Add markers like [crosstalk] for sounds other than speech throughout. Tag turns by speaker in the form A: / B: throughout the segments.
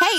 A: Hey,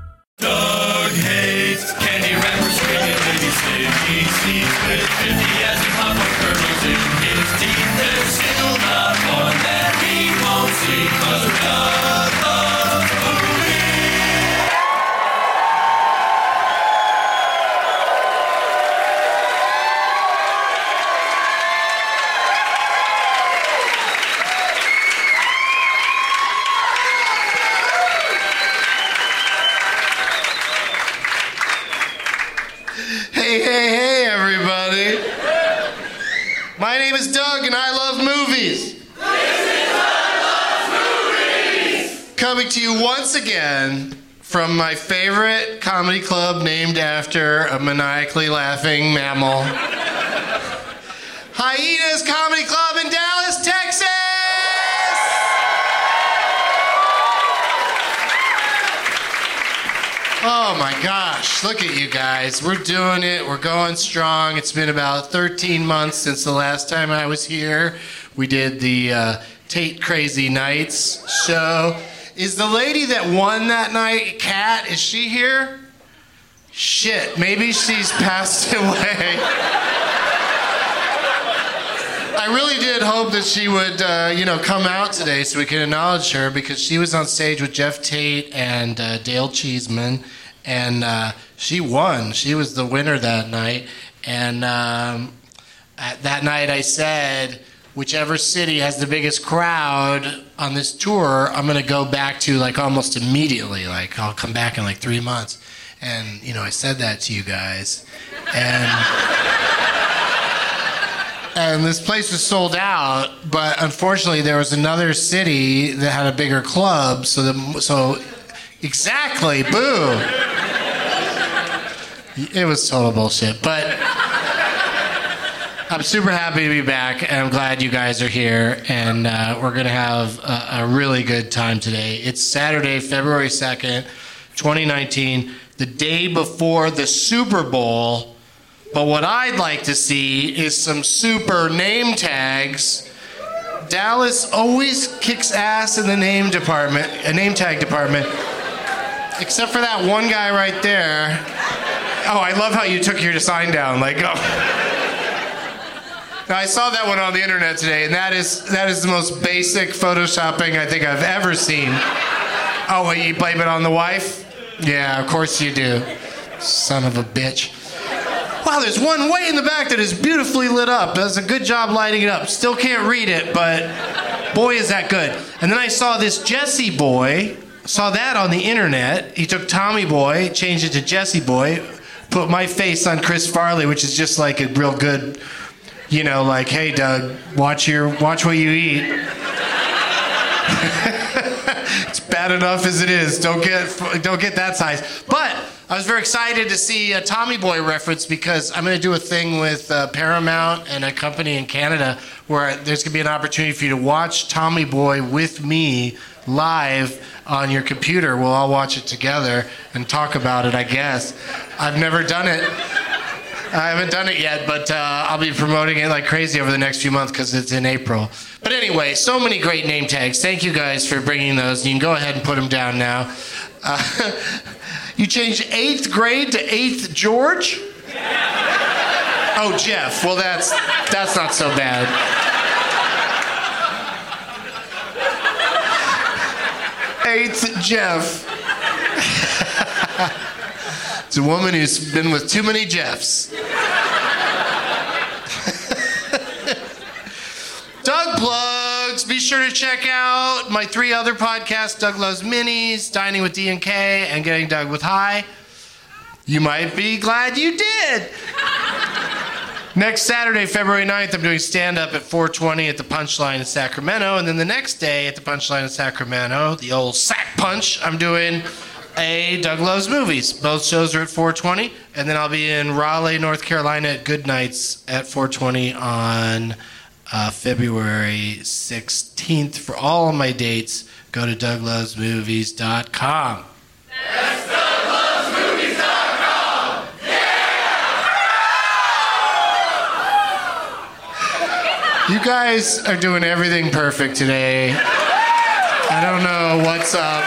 B: Doug hates candy wrappers, screaming baby sticky seeds with 50 as he pop up kernels in his teeth. There's still not one that he won't see 'cause Doug loves movies. Hey, hey, hey, everybody. My name is Doug and I love movies. This is Doug Loves Movies. Coming to you once again from my favorite comedy club named after a maniacally laughing mammal. Hyenas Comedy Club in Dallas, Texas! Oh my gosh, look at you guys. We're doing it. We're going strong. It's been about 13 months since the last time I was here. We did the uh, Tate Crazy Nights show. Is the lady that won that night, Kat, is she here? Shit, maybe she's passed [laughs] away. I really did hope that she would, uh, you know, come out today so we could acknowledge her because she was on stage with Jeff Tate and uh, Dale Cheeseman, and uh, she won. She was the winner that night. And um, at that night, I said, whichever city has the biggest crowd on this tour, I'm going to go back to like almost immediately. Like I'll come back in like three months. And you know, I said that to you guys, and and this place was sold out. But unfortunately, there was another city that had a bigger club. So the so exactly, boo. It was total bullshit. But I'm super happy to be back, and I'm glad you guys are here. And uh, we're gonna have a, a really good time today. It's Saturday, February second. 2019, the day before the Super Bowl. But what I'd like to see is some super name tags. Dallas always kicks ass in the name department, a name tag department. Except for that one guy right there. Oh, I love how you took your sign down. Like, oh. Now, I saw that one on the internet today, and that is that is the most basic photoshopping I think I've ever seen. Oh, wait, you blame it on the wife? Yeah, of course you do. Son of a bitch. Wow, there's one way in the back that is beautifully lit up. Does a good job lighting it up. Still can't read it, but boy, is that good. And then I saw this Jesse boy. Saw that on the internet. He took Tommy Boy, changed it to Jesse Boy, put my face on Chris Farley, which is just like a real good, you know, like, hey Doug, watch your watch what you eat. [laughs] it's bad enough as it is. Don't get don't get that size. But I was very excited to see a Tommy Boy reference because I'm going to do a thing with uh, Paramount and a company in Canada where there's going to be an opportunity for you to watch Tommy Boy with me live on your computer. We'll all watch it together and talk about it. I guess I've never done it. I haven't done it yet, but uh, I'll be promoting it like crazy over the next few months because it's in April. But anyway, so many great name tags. Thank you guys for bringing those. You can go ahead and put them down now. Uh, [laughs] you changed eighth grade to eighth George? Oh, Jeff. Well, that's that's not so bad. Eighth Jeff. [laughs] It's a woman who's been with too many Jeffs. Doug plugs. Be sure to check out my three other podcasts: Doug Loves Minis, Dining with D and K, and Getting Doug with High. You might be glad you did. Next Saturday, February 9th, I'm doing stand up at 420 at the Punchline in Sacramento. And then the next day at the Punchline in Sacramento, the old sack punch, I'm doing a Doug Loves Movies. Both shows are at 420. And then I'll be in Raleigh, North Carolina at Good Nights at 420 on uh, February 16th. For all of my dates, go to DougLovesMovies.com. You guys are doing everything perfect today. I don't know what's up.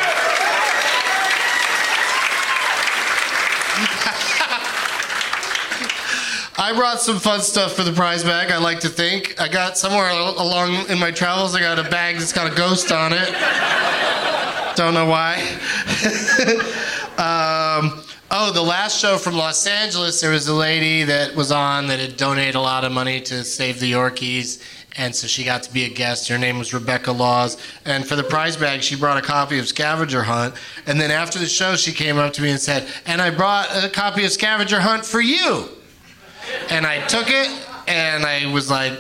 B: I brought some fun stuff for the prize bag, I like to think. I got somewhere al- along in my travels, I got a bag that's got a ghost on it. Don't know why. [laughs] um, oh, the last show from Los Angeles, there was a lady that was on that had donated a lot of money to save the Yorkies. And so she got to be a guest. Her name was Rebecca Laws. And for the prize bag, she brought a copy of Scavenger Hunt. And then after the show, she came up to me and said, And I brought a copy of Scavenger Hunt for you and I took it, and I was like,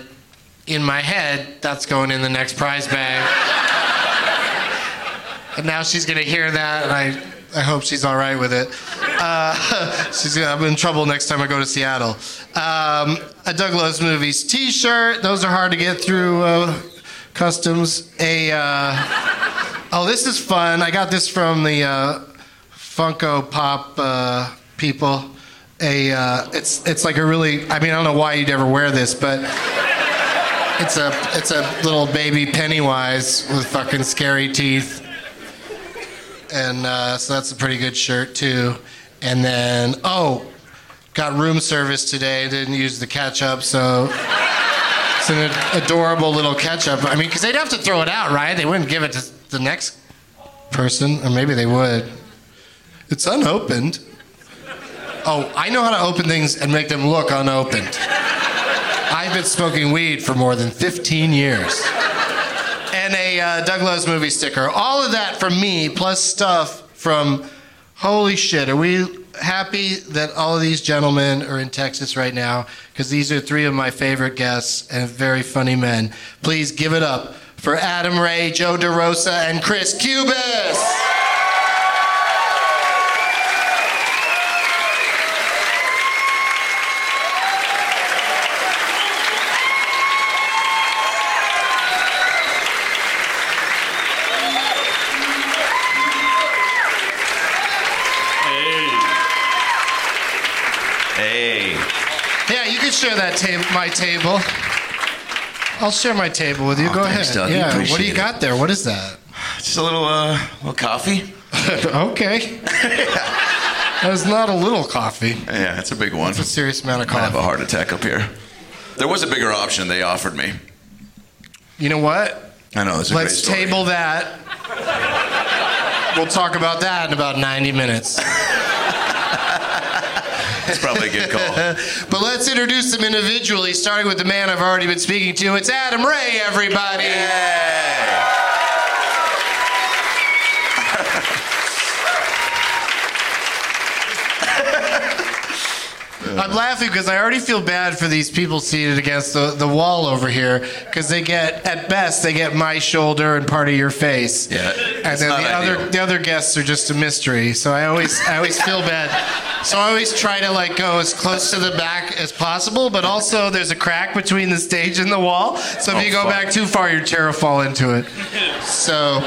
B: in my head, that's going in the next prize bag. and now she's gonna hear that, and I, I hope she's all right with it. Uh, [laughs] she's gonna, I'm in trouble next time I go to Seattle. Um, a Doug Loves Movies T-shirt. Those are hard to get through uh, customs. A uh, oh, this is fun. I got this from the uh, Funko Pop uh, people. A uh, it's it's like a really. I mean, I don't know why you'd ever wear this, but it's a it's a little baby Pennywise with fucking scary teeth and uh, so that's a pretty good shirt too. And then oh, got room service today. Didn't use the ketchup, so it's an adorable little ketchup. I mean, because they'd have to throw it out, right? They wouldn't give it to the next person, or maybe they would. It's unopened. Oh, I know how to open things and make them look unopened. I've been smoking weed for more than 15 years and a uh, Doug Loves movie sticker. All of that from me, plus stuff from. Holy shit! Are we happy that all of these gentlemen are in Texas right now? Because these are three of my favorite guests and very funny men. Please give it up for Adam Ray, Joe DeRosa, and Chris Cubis.
C: Hey.
B: Yeah, you can share that table, my table. I'll share my table with you.
C: Oh,
B: Go ahead.
C: thanks, Doug. We
B: Yeah, what do
C: appreciate
B: you
C: it.
B: got there? What is that? [laughs]
C: Just a little, uh, little coffee. [laughs]
B: okay. that was not a little coffee.
C: Yeah, it's a big one.
B: It's a serious amount of
C: I have a
B: coffee.
C: heart attack up here. There was a bigger option they offered me.
B: You know what?
C: I know. It's a
B: Let's
C: great story.
B: table that. We'll talk about that in about 90
C: [laughs]
B: minutes.
C: It's probably a good
B: [laughs]
C: call.
B: But let's introduce them individually, starting with the man I've already been speaking to. It's Adam Ray, everybody.
C: Yay!
B: I'm laughing because I already feel bad for these people seated against the, the wall over here because they get, at best, they get my shoulder and part of your face.
C: Yeah,
B: And
C: it's
B: then
C: not
B: the other,
C: ideal.
B: the other guests are just a mystery. So I always, I always feel bad. So I always try to like go as close to the back as possible, but also there's a crack between the stage and the wall. So if
C: Oh,
B: you go
C: fuck.
B: back too far, your chair will fall into it. So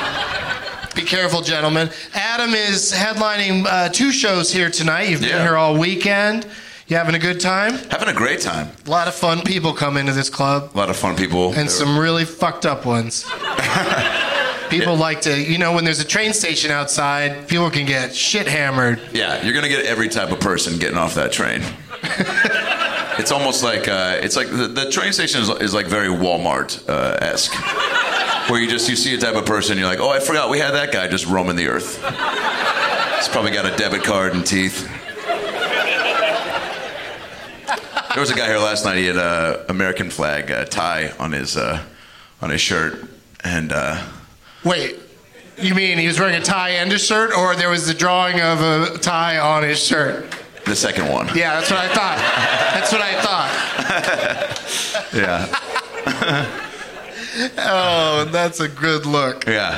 B: be careful, gentlemen. Adam is headlining uh, two shows here tonight. You've been
C: Yeah.
B: here all weekend. You having a good time?
C: Having a great time.
B: A lot of fun people come into this club,
C: A lot of fun people.
B: and some really fucked up [laughs] ones. people like to, you know, when there's a train station outside, people can get shit hammered.
C: Yeah, you're gonna get every type of person getting off that train. it's almost like uh, it's like the, the train station is, is like very Walmart uh, esque, where you just you see a type of person, you're like, oh, I forgot we had that guy just roaming the earth. He's probably got a debit card and teeth. There was a guy here last night. He had a American flag uh, tie on his uh, on his shirt, and uh,
B: Wait. You mean he was wearing a tie and a shirt, or there was the drawing of a tie on his shirt?
C: the second one.
B: Yeah, that's what I thought. That's what I thought.
C: yeah.
B: Oh, that's a good look.
C: yeah.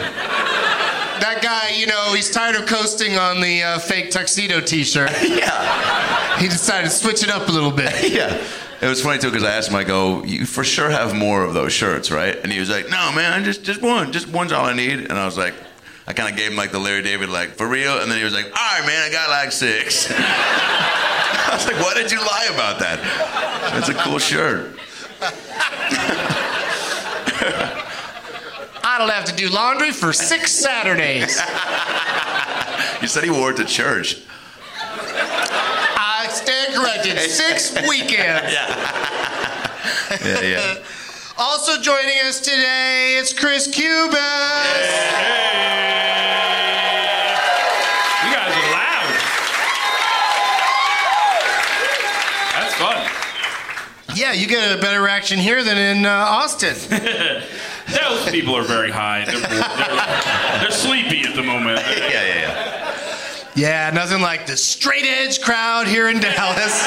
B: That guy, you know, he's tired of coasting on the uh, fake tuxedo T-shirt. yeah. He decided to switch it up a little [laughs] bit.
C: Yeah. It was funny too because I asked him, I go, you for sure have more of those shirts, right? And he was like, no, man, just just one, just one's all I need. And I was like, I kind of gave him like the Larry David, like for real. And then he was like, all right, man, I got like six. [laughs] I was like, why did you lie about that? That's a cool shirt.
B: I don't have to do laundry for six Saturdays.
C: You said he wore it to church.
B: I stand corrected. Six weekends.
C: Yeah, yeah.
B: Also joining us today, it's Chris Cubas.
D: You guys are loud. That's fun.
B: Yeah, you get a better reaction here than in uh, Austin.
D: Those people are very high. They're, they're, they're sleepy at the moment.
C: Yeah, yeah, yeah.
B: yeah, nothing like the straight edge crowd here in Dallas.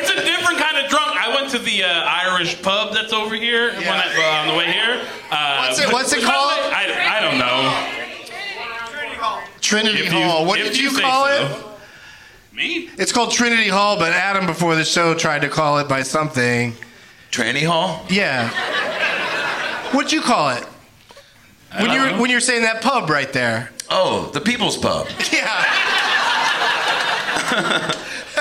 D: It's a different kind of drunk. I went to the uh, Irish pub that's over here when I- uh, on the way here. Uh,
B: What's it-
D: but-
B: what's it
D: but by the way,
B: called?
D: I, I don't know.
B: Trinity
D: If you-
B: Hall. Oh, What
D: if
B: did
D: you
B: you,
D: say
B: call
D: so.
B: it?
D: Me?
B: It's called Trinity Hall, but Adam before the show tried to call it by something.
C: Tranny hall?
B: Yeah. What'd you call it? When
D: don't
B: you were,
D: know.
B: when you were saying that pub right there. [laughs]
C: Oh, the People's Pub.
B: Yeah. [laughs] I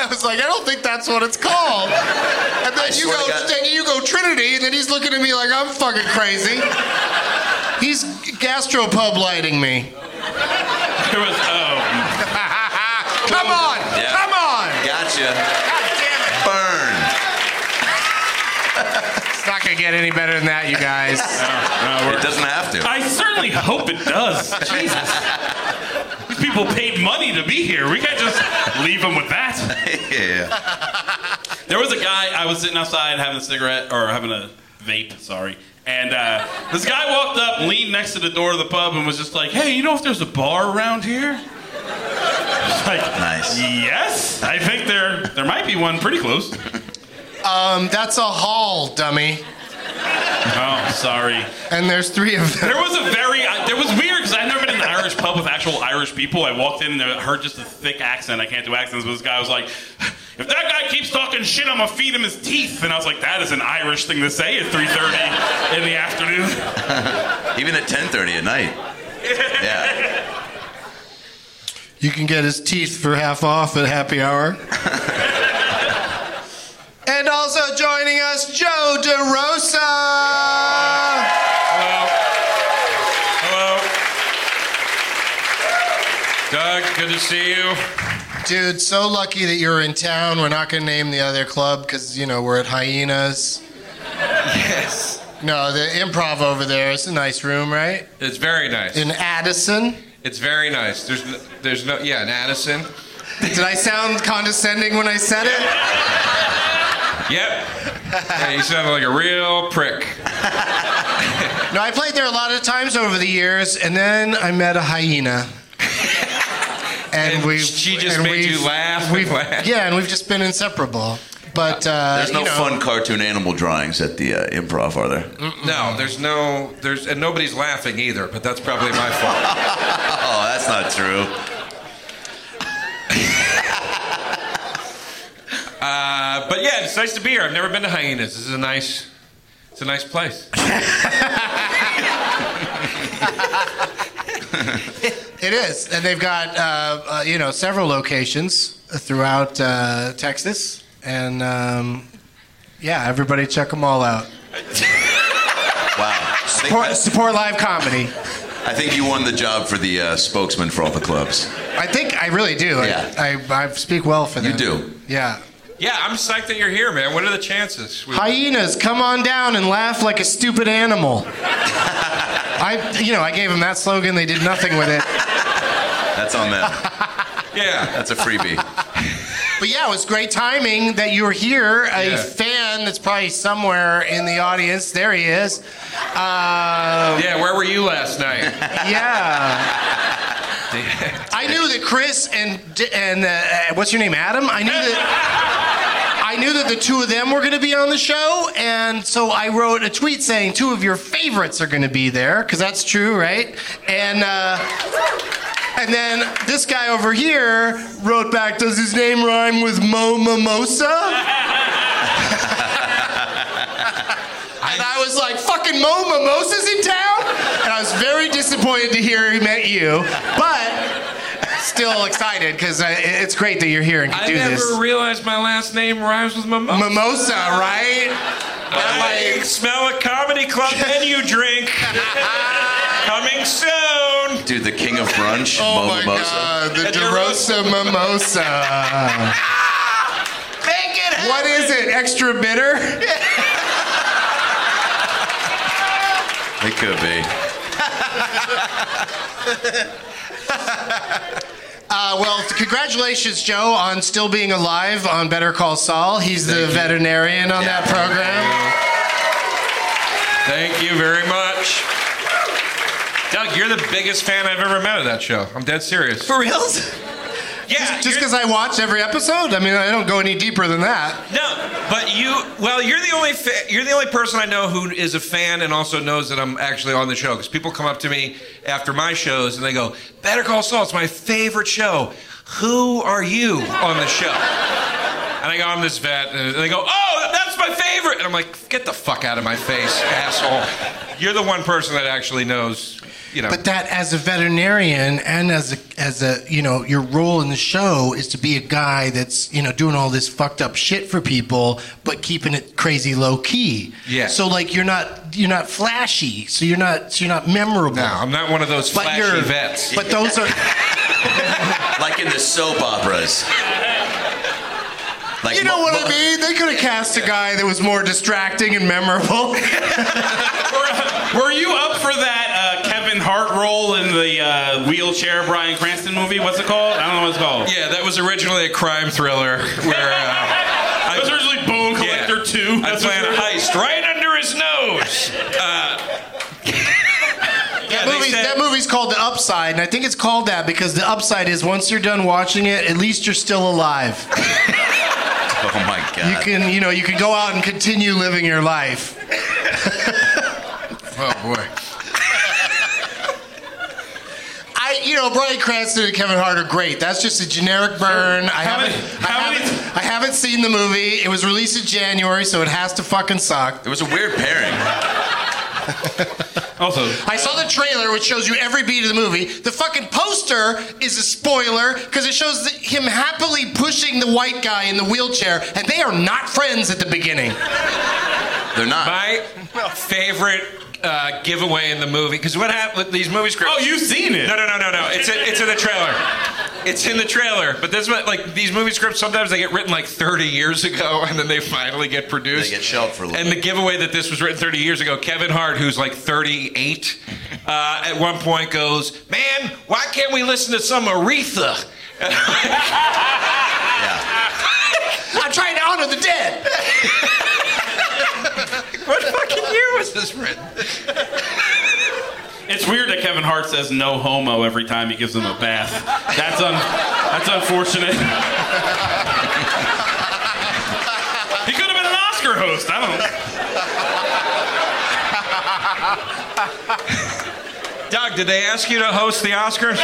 B: was like, I don't think that's what it's called. And then you
C: swear
B: go,
C: to God.
B: then you go Trinity, and then he's looking at me like I'm fucking crazy. He's gastropub lighting me. [laughs]
D: There was. Oh,
B: Come on,
C: Yeah.
B: come on.
C: Gotcha.
B: God damn it!
C: Burn.
B: It's not gonna get any better than that, you guys.
C: [laughs]
D: no, we're-
C: It doesn't have to.
D: I certainly hope it does. Jesus. These people paid money to be here. We can't just leave them with that.
C: yeah.
D: There was a guy I was sitting outside having a cigarette or having a vape, sorry. And uh, this guy walked up, leaned next to the door of the pub, and was just like, "Hey, you know if there's a bar around here?" I was like,
C: Nice.
D: Yes, I think there there might be one pretty close.
B: Um, that's a hall, dummy.
D: Oh, sorry.
B: And there's three of them.
D: There was a very uh, there was weird because I've never been in an Irish pub with actual Irish people. I walked in and I heard just a thick accent. I can't do accents, but this guy was like, "If that guy keeps talking shit, I'm gonna feed him his teeth." And I was like, "That is an Irish thing to say at 3:30 in the afternoon."
C: Even at 10:30 at night. Yeah.
B: You can get his teeth for half off at happy hour. and also joining us, Joe DeRosa.
E: Hello. Doug, good to see you.
B: Dude, so lucky that you're in town. We're not going to name the other club because, you know, we're at Hyenas.
D: Yes.
B: No, the improv over there. It's a nice room, right?
D: It's very nice.
B: In Addison.
D: It's very nice. There's no, there's no yeah, in Addison.
B: Did I sound condescending when I said it?
D: Yep. Yeah, you sounded like a real prick.
B: No, I played there a lot of times over the years, and then I met a
D: [laughs]
B: hyena. And,
D: And
B: we
D: she just made you laugh and
B: We've,
D: laugh.
B: Yeah, and we've just been inseparable. But uh,
C: There's no
B: you know,
C: fun cartoon animal drawings at the uh, improv, are there?
D: No, there's no there's and nobody's laughing either, but that's probably my fault.
C: Oh, that's not true.
D: Uh, but yeah, it's nice to be here. I've never been to Hyenas. This is a nice it's a nice place.
B: It is, and they've got uh, uh, you know several locations throughout uh, Texas, and um, yeah, everybody check them all out.
C: Wow. I think,
B: Support, support live comedy.
C: I think you won the job for the uh, spokesman for all the clubs.
B: I think I really do.
C: Yeah.
B: I, I, I speak well for them.
C: You do.
B: Yeah.
D: Yeah, I'm psyched that you're here, man. What are the chances? We-
B: Hyenas, come on down and laugh like a stupid animal. I, you know, I gave them that slogan. They did nothing with it.
C: That's on them.
D: yeah.
C: That's a freebie.
B: But yeah, it was great timing that you were here. A
D: Yeah.
B: fan that's probably somewhere in the audience. There he is. Um,
D: Yeah, where were you
B: [laughs]
D: last night?
B: yeah. I knew that Chris and and uh, what's your name, Adam. I knew that. I knew that the two of them were going to be on the show, and so I wrote a tweet saying two of your favorites are going to be there, because that's true, right? And uh, and then this guy over here wrote back, "Does his name rhyme with Mo Mimosa?" And I was like, fucking Mo Mimosa's in town? And I was very disappointed to hear he met you, but still excited because it's great that you're here and can
D: I
B: do
D: never
B: this.
D: realized my last name rhymes with mimosa.
B: Mimosa, right?
D: I smell a comedy club menu
B: [laughs]
D: drink. Coming soon.
C: Dude, the king of brunch,
B: Oh
C: Mo Mimosa.
B: the DeRosa [laughs] Mimosa.
D: Make it
B: What is it? Extra bitter?
C: It could be.
B: Uh, well, congratulations, Joe, on still being alive on Better Call Saul. He's the veterinarian on
C: Yeah.
B: that program.
D: Thank you very much. Doug, you're the biggest fan I've ever met of that show. I'm dead serious.
B: For reals?
D: yeah,
B: Just
D: you're-
B: because I watch every episode? I mean, I don't go any deeper than that.
D: No, but you. Well, you're the only fa- you're the only person I know who is a fan and also knows that I'm actually on the show because people come up to me after my shows and they go, "Better Call Saul, it's my favorite show. Who are you on the show?" And I go, "I'm this vet," and they go, "Oh, that's my favorite," and I'm like, "Get the fuck out of my face, asshole! You're the one person that actually knows." You know.
B: But that, as a veterinarian and as a, as a, you know, your role in the show is to be a guy that's, you know, doing all this fucked up shit for people, but keeping it crazy low key.
D: Yeah.
B: So like, you're not you're not flashy, so you're not so you're not memorable.
D: no, I'm not one of those
B: but
D: flashy
B: you're
D: vets. [laughs]
B: But those are.
C: Like in the soap operas. Like
B: You know
C: Mo-
B: what
C: Mo-
B: I mean? They could have cast a guy that was more distracting and memorable.
E: Were, were you up for that uh, Kevin Hart role in the uh, wheelchair Brian Cranston movie? What's it called? I don't know what it's called.
D: yeah, that was originally a crime thriller where. Uh,
E: I was originally Bone Collector
D: Yeah.
E: 2.
D: I
E: That's
D: plan
E: what-
D: a heist right under his
E: [laughs]
D: nose. Uh, yeah,
B: That,
D: [laughs] they
B: movie,
D: said-
B: that movie's called The Upside, and I think it's called that because the upside is once you're done watching it, at least you're still alive.
C: Oh my god.
B: You can, you know, you can go out and continue living your
E: [laughs]
B: life.
D: Oh boy.
B: I, you know, Brian Cranston and Kevin Hart are great. That's just a generic burn. I
E: How
B: haven't,
E: many-
B: I
E: how many-
B: haven't, I haven't seen the movie. It was released in January, so it has to fucking suck.
C: it was a weird pairing.
E: Also,
B: I saw the trailer, which shows you every beat of the movie. The fucking poster is a spoiler because it shows th- him happily pushing the white guy in the wheelchair, and they are not friends at the beginning.
C: They're not.
D: My favorite uh, giveaway in the movie because what happened with these movie scripts?
E: Oh, you've seen it.
D: No, no, no, no, no. It's in, it's in the trailer. It's in the trailer. But this one- like these movie scripts sometimes they get written like 30 years ago [laughs] and then they finally get produced.
C: They get shelved for a little
D: And the giveaway that this was written 30 years ago, Kevin Hart, who's like 38, uh, at one point goes, "Man, why can't we listen to some Aretha?" [laughs]
C: Yeah.
B: I'm trying to honor the
C: [laughs]
B: dead.
D: What fucking year was this written?
E: it's weird that Kevin Hart says no homo every time he gives him a bath. That's un, that's unfortunate. [laughs] he could have been an Oscar host. I don't. know.
D: Doug, did they ask you to host the Oscars?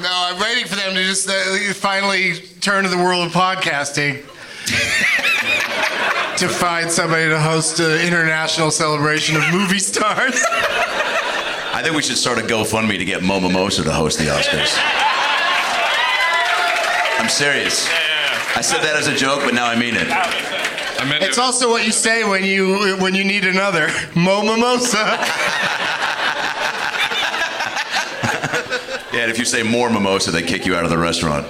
B: No, I'm waiting for them to just uh, finally turn to the world of podcasting to find somebody to host an international celebration of movie stars.
C: I think we should start a GoFundMe to get Mo Mimosa to host the Oscars. I'm serious. I said that as a joke, but now I mean it.
D: I mean,
B: It's also what you say when you when you need another Mo Mimosa.
C: Yeah, and if you say more mimosa, they kick you out of the restaurant.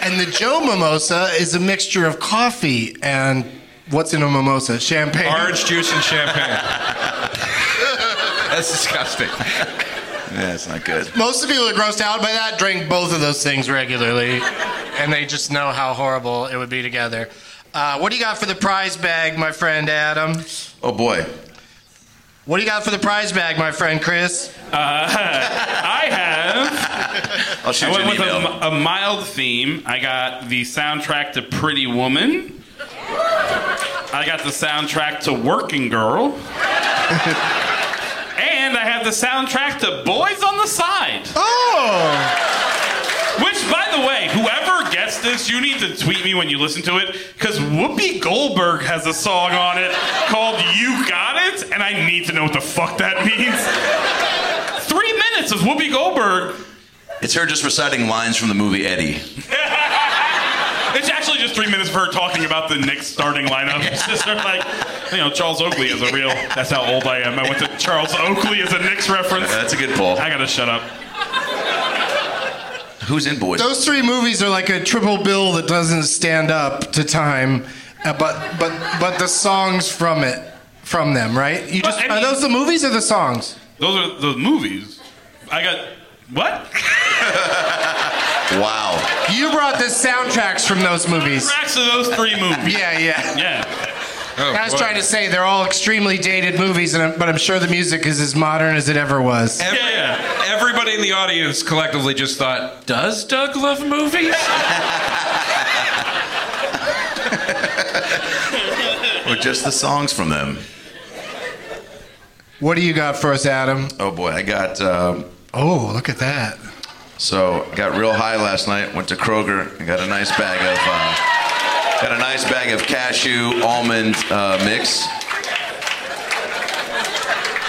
B: And the Joe Mimosa is a mixture of coffee and what's in a mimosa? Champagne.
D: orange juice and champagne. That's disgusting.
C: Yeah, it's not good.
B: Most of the people that grossed out by that drink both of those things regularly, and they just know how horrible it would be together. Uh, what do you got for the prize bag, my friend Adam?
C: Oh boy.
B: What do you got for the prize bag, my friend Chris?
E: I have.
C: I'll shoot
E: I
C: you
E: went
C: an
E: with
C: email.
E: a, a mild theme. I got the soundtrack to Pretty Woman. I got the soundtrack to Working Girl. and I have the soundtrack to Boys on the Side.
B: Oh,
E: Which, by the way, whoever gets this, you need to tweet me when you listen to it, because Whoopi Goldberg has a song on it called You Got It, and I need to know what the fuck that [laughs] means. Three minutes of Whoopi Goldberg
C: It's her just reciting lines from the movie Eddie.
E: It's actually just three minutes of her talking about the Knicks starting lineup. [laughs] It's just sort of like, you know, Charles Oakley is a real. That's how old I am. I went to Charles Oakley as a Knicks reference.
C: That's a good poll.
E: I gotta shut up.
C: Who's in boys?
B: those three movies are like a triple bill that doesn't stand up to time, uh, but but but the songs from it, from them, right? You
E: Well,
B: just
E: I
B: are
E: mean-
B: those the movies or the songs?
E: Those are the movies. I got what
C: Wow.
B: You brought the soundtracks from those movies.
E: tracks of those three movies?
B: Yeah, yeah.
E: Yeah.
D: [laughs] Oh,
B: I was
D: boy.
B: trying to say they're all extremely dated movies, and I'm, but I'm sure the music is as modern as it ever was.
D: Every-
E: Yeah, yeah.
D: Everybody in the audience collectively just thought, does Doug love movies?
C: Or just the songs from them.
B: What do you got for us, Adam?
C: Oh boy, I got um,
B: Oh, look at that.
C: so I got real high last night. Went to Kroger and got a nice bag of uh, got a nice bag of cashew almond uh, mix.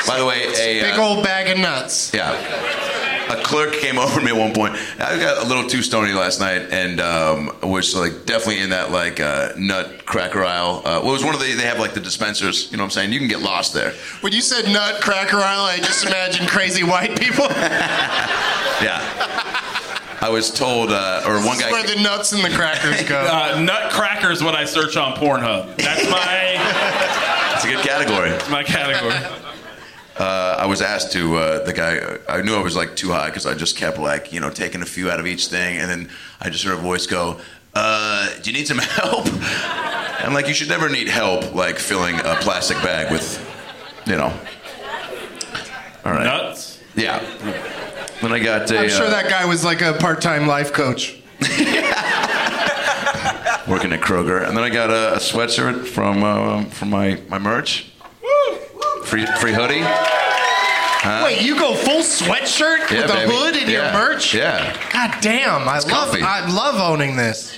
C: By the way, a
B: Big
C: uh,
B: old bag of nuts.
C: Yeah. A clerk came [laughs] over to me at one point. I got a little too stony last night and um, was like definitely in that like uh, nut cracker aisle. Uh, well, it was one of the, they have like the dispensers, you know what I'm saying? You can get lost there.
B: When you said nut cracker aisle, I just imagined crazy white people.
C: [laughs] Yeah. I was told, uh, or one guy.
B: where the nuts and the crackers
C: [laughs]
B: go.
E: Uh, Nutcracker is what I search on Pornhub. That's my
C: It's a good category.
E: my category.
C: Uh, I was asked to uh, the guy. I knew I was like too high because I just kept like you know taking a few out of each thing, and then I just heard a voice go, uh, "Do you need some [laughs] help?" I'm like, "You should never need help like filling a plastic bag with, you know." All right.
E: Nuts.
C: Yeah. Then I got. A,
B: I'm sure
C: uh,
B: that guy was like a part time life coach.
C: uh, working at Kroger, and then I got a, a sweatshirt from uh, from my my merch, free free hoodie.
B: Wait, you go full sweatshirt
C: Yeah,
B: with a
C: baby.
B: hood and
C: Yeah.
B: your merch?
C: Yeah.
B: God damn, I love
C: comfy.
B: I love owning this.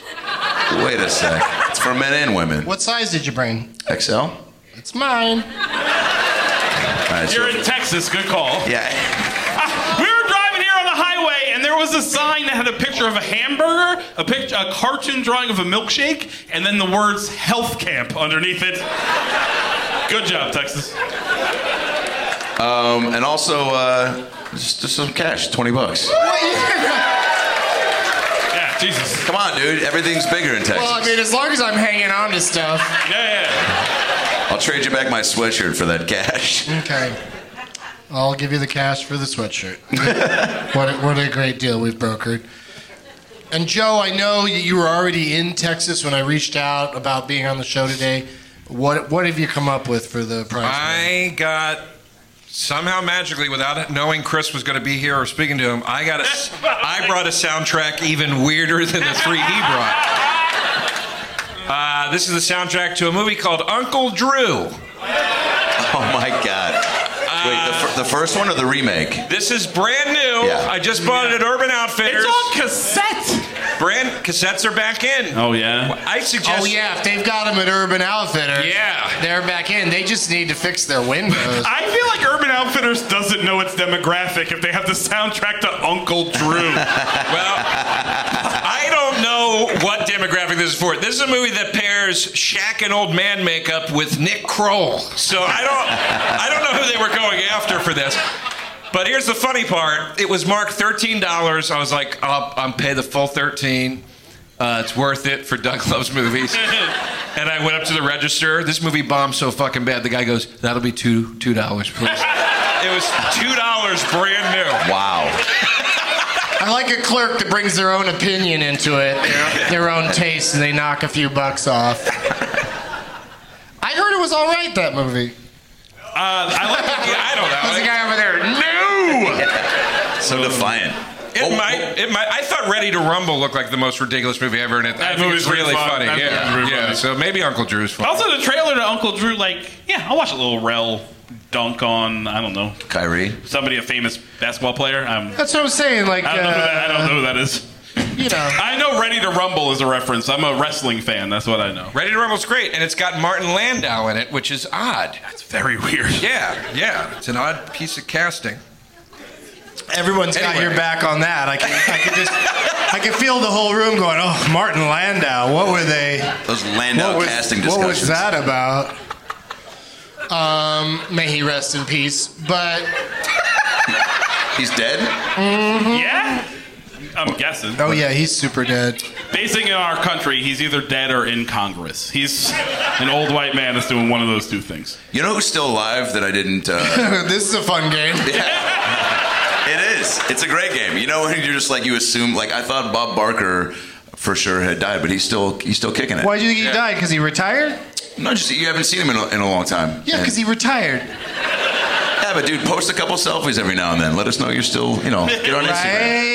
C: Wait a sec. It's for men and women.
B: What size did you bring?
C: XL.
B: It's mine.
C: guys.
E: You're in Texas. Good call.
C: yeah.
E: Ah, we were driving here on the highway, and there was a sign that had a picture of a hamburger, a picture, a cartoon drawing of a milkshake, and then the words "health camp" underneath it. Good job, Texas.
C: Um, and also, uh, just, just some cash, 20 bucks.
E: Yeah, Jesus.
C: Come on, dude. Everything's bigger in Texas.
B: Well, I mean, as long as I'm hanging on to stuff.
E: Yeah, yeah.
C: I'll trade you back my sweatshirt for that cash. [laughs]
B: Okay. I'll give you the cash for the
D: [laughs]
B: sweatshirt. what, a, what a great deal we've brokered. And Joe, I know you- you were already in Texas when I reached out about being on the show today. What what have you come up with for the prize? money?
D: I got somehow magically, without knowing Chris was going to be here or speaking to him, I got a,
E: [laughs]
D: I brought a soundtrack even weirder than the three he brought.
E: [laughs]
D: Uh, this is the soundtrack to a movie called Uncle Drew.
C: Oh my God. Wait, the, fir- the first one or the remake?
D: This is brand new.
C: Yeah.
D: I just bought it at Urban Outfitters.
E: It's on cassette.
D: brand cassettes are back in.
E: Oh yeah.
D: I suggest.
B: oh yeah, if they've got them at Urban Outfitters,
D: Yeah.
B: they're back in. They just need to fix their
D: [laughs]
B: windows.
E: I feel like Urban Outfitters doesn't know its demographic if they have the soundtrack to Uncle [laughs] Drew. Uh,
D: Well, I don't know what demographic this is for. This is a movie that pairs Shaq and old man makeup with Nick Kroll. So I don't, I don't know who they were going after for this. But here's the funny part: it was marked thirteen dollars. I was like, I'll, I'm pay the full thirteen. Uh, it's worth it for Doug Loves Movies. and I went up to the register. This movie bombed so fucking bad. The guy goes, "That'll be two two dollars, please." it was two dollars, brand new.
C: Wow.
B: I like a clerk that brings their own opinion into it, their, their own taste, and they knock a few bucks
D: [laughs]
B: off. I heard it was all right that movie.
D: I like. I don't
B: There's
D: know.
B: a guy over there. No. Um,
C: So defiant.
D: It
C: Oh,
D: might. It might. I thought Ready to Rumble looked like the most ridiculous movie ever, and it,
E: That
D: I think
E: movie's
D: it's really
E: really fun.
D: funny.
E: That
D: Yeah,
E: movie's really
D: yeah.
E: funny.
D: So maybe Uncle Drew's funny.
E: also, the trailer to Uncle Drew, like, yeah, I'll watch a little Rel dunk on, I don't know,
C: oh, Kyrie.
E: somebody, a famous basketball player. Um,
B: That's what I'm saying. Like,
E: I, don't know who that, I don't know who that is.
B: uh, you know.
E: [laughs] I know Ready to Rumble is a reference. I'm a wrestling fan. That's what I know.
D: Ready to Rumble's great, and it's got Martin Landau in it, which is odd.
E: That's very weird.
D: Yeah, yeah. It's an odd piece of casting.
B: uh, Everyone's got
D: Anyway.
B: your back on that. I can, I can just, I can feel the whole room going, oh, Martin Landau. What were they?
C: Those Landau
B: what was,
C: casting
B: what
C: discussions.
B: was that about? Um, may he rest in peace. But
C: He's dead?
E: [laughs] Yeah? I'm guessing.
B: oh yeah, he's super dead.
E: Basing in our country, he's either dead or in Congress. He's an old white man that's doing one of those two things.
C: You know who's still alive that I didn't.
B: [laughs] [laughs]
C: Uh,
B: this is a fun game.
C: it is. It's a great game. You know when you're just like, you assume, like, I thought Bob Barker for sure had died, but he's still he's still kicking it.
B: Why do you think he died? Because he retired?
C: No, just you haven't seen him in a, in a long time.
B: Yeah, because he retired.
C: Yeah, but dude, post a couple selfies every now and then. Let us know you're still,
B: [laughs]
C: you know, get on Instagram.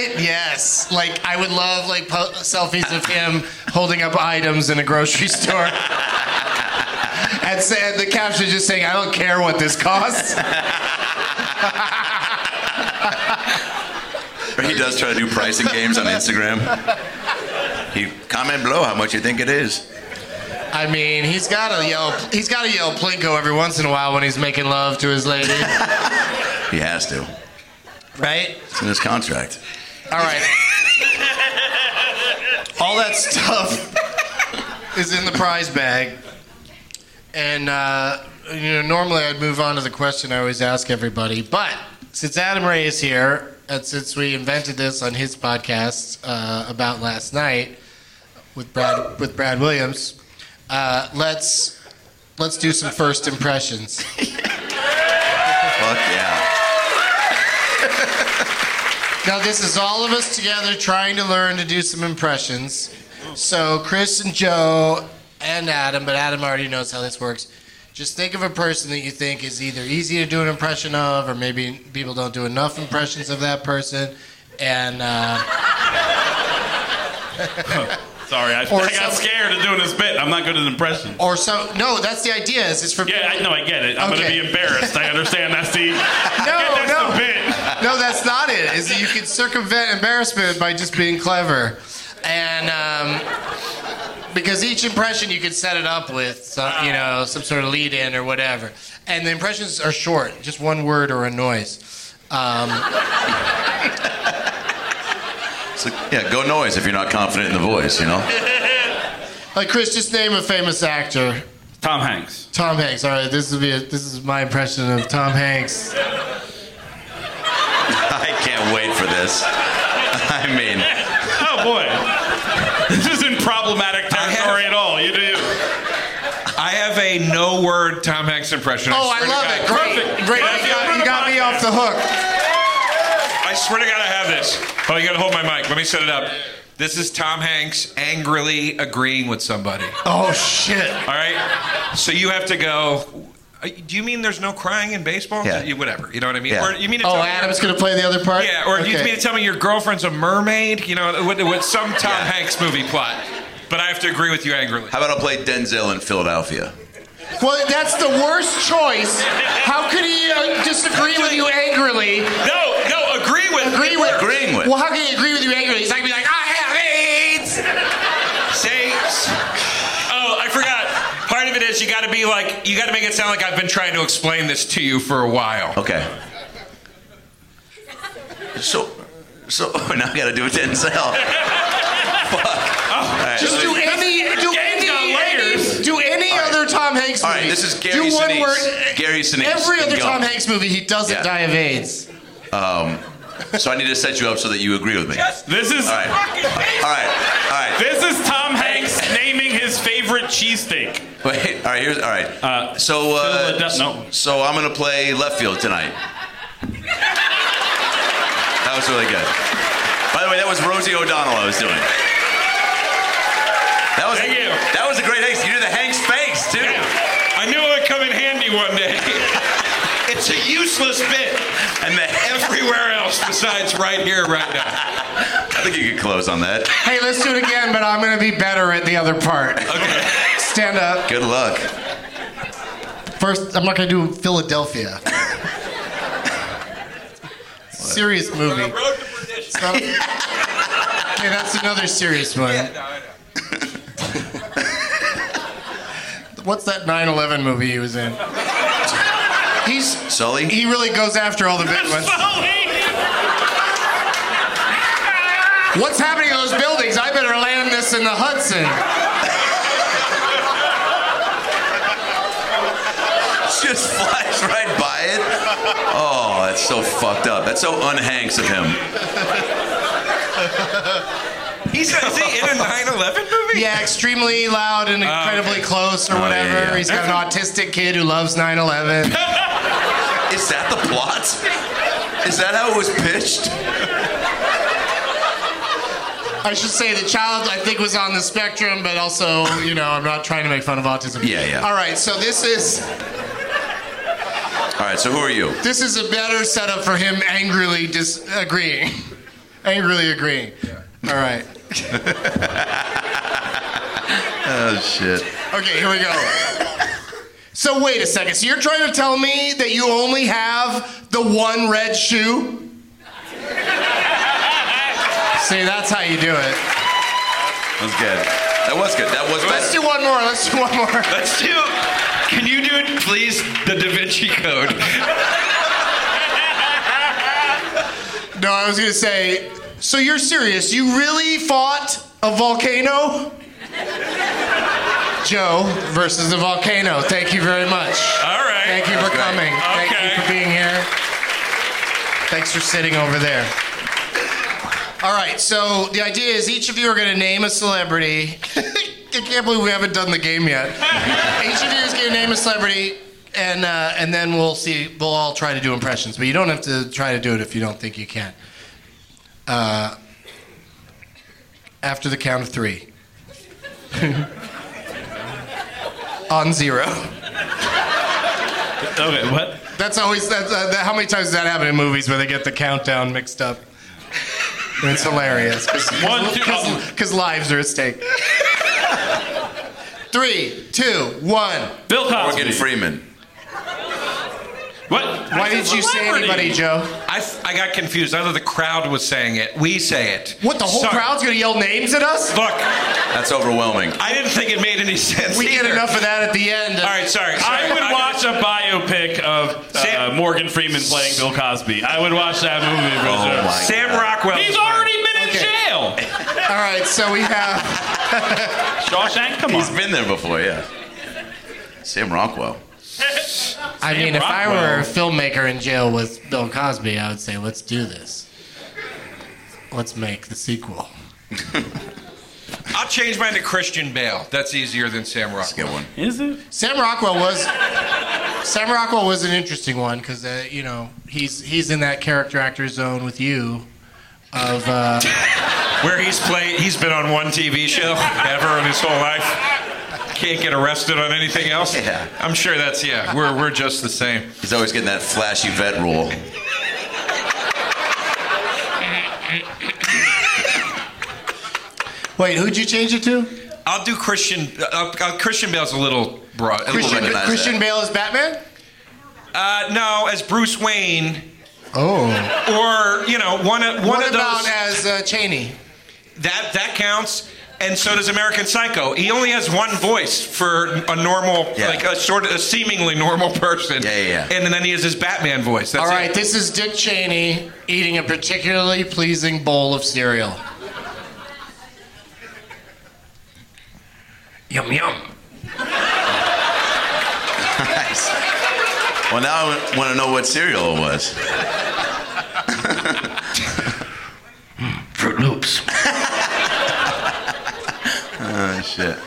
B: Right? Yes. Like I would love like po- selfies of him holding up items in a grocery [laughs] store. And, sa- and the caption just saying, "I don't care what this costs."
C: He does try to do pricing games on Instagram. He comment below how much you think it is.
B: [laughs] I mean, he's got to yell. He's got to yell Plinko every once in a while when he's making love to his lady,
C: He has to.
B: [laughs] right?
C: It's in his contract.
B: All right. All that stuff is in the prize bag. And, uh, you know, normally I'd move on to the question I always ask everybody. But since Adam Ray is here, and since we invented this on his podcast uh, about last night with Brad, with Brad Williams, uh, let's, let's do some first impressions.
C: Fuck yeah.
B: Now, this is all of us together trying to learn to do some impressions. So, Chris and Joe and Adam, but Adam already knows how this works. Just think of a person that you think is either easy to do an impression of, or maybe people don't do enough impressions of that person, and uh,
E: Sorry, I, I
B: Or
E: got
B: some-
E: scared of doing this bit. I'm not good at impression.
B: or so. No, that's the idea. Is it's for
E: Yeah, I know, I get it. I'm
B: Okay.
E: going to be embarrassed. I understand that's the, that's
B: [laughs] no.
E: the bit.
B: no, that's not it. Is that you can circumvent embarrassment by just being clever, and um, because each impression you can set it up with, some, you know, some sort of lead in or whatever. And the impressions are short, just one word or a noise. Um,
C: So, yeah, go noise if you're not confident in the voice, you know? [laughs]
B: like Chris, just name a famous actor.
E: Tom Hanks.
B: Tom Hanks. All right, this would be a, this is my impression of Tom Hanks.
C: I can't wait for this. [laughs] I mean,
E: Oh boy,
B: [laughs]
E: this isn't problematic
D: I have-
E: territory at all. You do. You.
D: I have a no word Tom Hanks impression.
B: Oh, I
D: swear to
B: love
D: God.
B: it. Great,
E: Perfect.
B: great.
E: Perfect.
B: You got, you got me off the hook.
D: I swear to God, I have this. Oh, you gotta hold my mic. Let me set it up. This is Tom Hanks angrily agreeing with somebody. All
B: Oh shit.
D: right. So you have to go. "Uh, Do you mean there's no crying in baseball?
C: Yeah.
D: You- Whatever. You know what I mean?
C: Yeah.
D: Or you mean to
B: Oh,
D: tell me-
B: Adam's gonna play the other part.
D: Yeah. Or do you
B: Okay.
D: mean to tell me your girlfriend's a mermaid? You know, with, with some Tom
C: Yeah.
D: Hanks movie plot. But I have to agree with you angrily.
C: how about I play Denzel in Philadelphia?
B: Well, that's the worst choice. How could he uh, disagree with you angrily?
D: No, no, agree with.
B: Agree with
C: Agreeing with.
B: Well, how can he agree with you angrily? He's not gonna be like, I have AIDS.
D: Say. Oh, I forgot. Part of it is you got to be like you got to make it sound like I've been trying to explain this to you for a while.
C: Okay. So, so [laughs] now I gotta do Denzel. Fuck.
B: Just do any, do
E: Game's
B: any,
E: got layers.
B: any, do any other Tom Hanks
C: All
B: movie.
C: right, this is Gary
B: Do one
C: Sinise.
B: word.
C: Gary Sinise
B: Every
C: and
B: other
C: go.
B: Tom Hanks movie, he doesn't
C: Yeah.
B: die of AIDS.
C: So I need to set you up so that you agree with me.
E: This is
C: All right. All right. All right.
E: this is Tom Hanks naming his favorite cheesesteak.
C: Wait. All right. Here's. All right.
E: Uh,
C: so. Uh,
E: Philadelphia- no.
C: So I'm gonna play left field tonight. That was really good. By the way, that was Rosie O'Donnell I was doing. That was.
E: Thank you.
C: That was a great Hanks. You did the Hanks face too.
D: I knew it would come in handy one day. [laughs] it's a useless bit
C: And the
D: everywhere else besides right here, right now.
C: I think you could close on that.
B: Hey, let's do it again, but I'm gonna be better at the other part.
C: Okay.
B: Stand up.
C: Good luck.
B: First, I'm not gonna do
C: [laughs]
B: Philadelphia. serious movie. Okay,
C: [laughs]
B: that's another serious one. [laughs] What's that 9/11 movie he was in? He's
C: Sully?
B: he really goes after all the big ones. What's happening to those buildings? I better land this in the Hudson.
C: [laughs] just flies right by it. Oh, that's so fucked up. That's so unhanks of him.
D: He's is he
B: [laughs]
D: in a 9/11 movie?
B: Yeah, extremely loud and incredibly close or
C: Oh, yeah,
B: whatever.
C: yeah.
B: He's got an autistic kid who loves 9/11.
C: Is that the plot? Is that how it was pitched?
B: I should say the child I think was on the spectrum, but also you know I'm not trying to make fun of autism.
C: Yeah, yeah.
B: All right, so this is
C: All right, so who are you?
B: this is a better setup for him angrily disagreeing, [laughs] angrily agreeing. All right.
C: [laughs] Oh, shit.
B: Okay, here we go. So wait a second. So you're trying to tell me that you only have the one red
C: [laughs]
B: shoe? See, that's how you do it.
C: That was good. That was good. That was
B: Let's
C: best.
B: do one more. Let's do one more.
D: Let's do. Can you do it, please? The Da
C: [laughs]
D: Vinci Code.
B: No, I was gonna say. So you're serious? You really fought a volcano? Joe versus a volcano. Thank you very much.
D: All right.
B: Thank you for
C: great.
B: coming. Thank you
D: Okay.
B: for being here. Thanks for sitting over there. All right. So the idea is each of you are gonna name a celebrity. [laughs] I can't believe we haven't done the game yet. each of you is gonna name a celebrity. And, uh, and then we'll see. We'll all try to do impressions, but you don't have to try to do it if you don't think you can. Uh, after the count of three. [laughs] On zero.
E: Okay, what?
B: That's always that's, uh, that, how many times does that happen in movies where they get the countdown mixed up? It's hilarious
E: One, two, oh.
B: because lives are at stake. Three, two, one.
E: Bill Cosby.
C: Morgan Freeman.
E: What?
B: Why did you say anybody, Joe?
D: I I, I got confused. I thought the crowd was saying it. We say it.
B: What, the whole
D: Sorry.
B: crowd's gonna yell names at us?
D: Look,
C: That's overwhelming.
D: I didn't think it made any sense.
B: We get
D: either.
B: enough of that at the end.
D: All right, sorry. sorry.
E: I would
D: I'm
E: watch a biopic of uh,
D: Sam-
E: Morgan Freeman playing Bill Cosby. I would watch that movie for
C: Oh
E: sure.
C: my
D: [laughs] Sam Rockwell.
E: He's already been in
B: Okay.
E: jail.
B: All right, so we have.
E: Shawshank, come
C: Oh, He's
E: on.
C: been there before, yeah. Sam Rockwell.
B: I mean, if I
E: Rockwell.
B: were a filmmaker in jail with Bill Cosby, I would say, let's do this. Let's make the sequel.
D: I'll change mine to Christian Bale. That's easier than Sam Rockwell.
C: Good one.
E: Is it?
B: Sam Rockwell was Sam Rockwell was an interesting one because uh, you know he's he's in that character actor zone with you. Of uh,
D: Where he's played, he's been on one TV
B: [laughs]
D: show ever in his whole life. Can't get arrested on anything else.
C: Yeah.
D: I'm sure that's yeah. We're we're just the same.
C: He's always getting that flashy vet rule.
B: wait, who'd you change it to?
D: I'll do Christian. Uh, uh, Christian Bale's a little broad. a little
B: Christian,
D: recognized.
B: Christian
C: recognize that.
B: Bale as Batman.
D: Uh, no, as Bruce Wayne,
B: Oh,
D: or you know, one of one
B: what
D: of
B: about
D: those
B: as uh, Cheney?
D: that that counts. And so does American Psycho. He only has one voice for a normal,
C: Yeah.
D: like a sort of a seemingly normal person.
C: Yeah, yeah, yeah.
D: And then he has his Batman voice. That's
B: All
D: it.
B: right, this is Dick Cheney eating a particularly pleasing bowl of cereal. Yum yum.
C: Nice. Well, now I want to know what cereal it
D: [laughs]
C: was.
B: Fruit Loops.
C: [laughs] Oh, shit.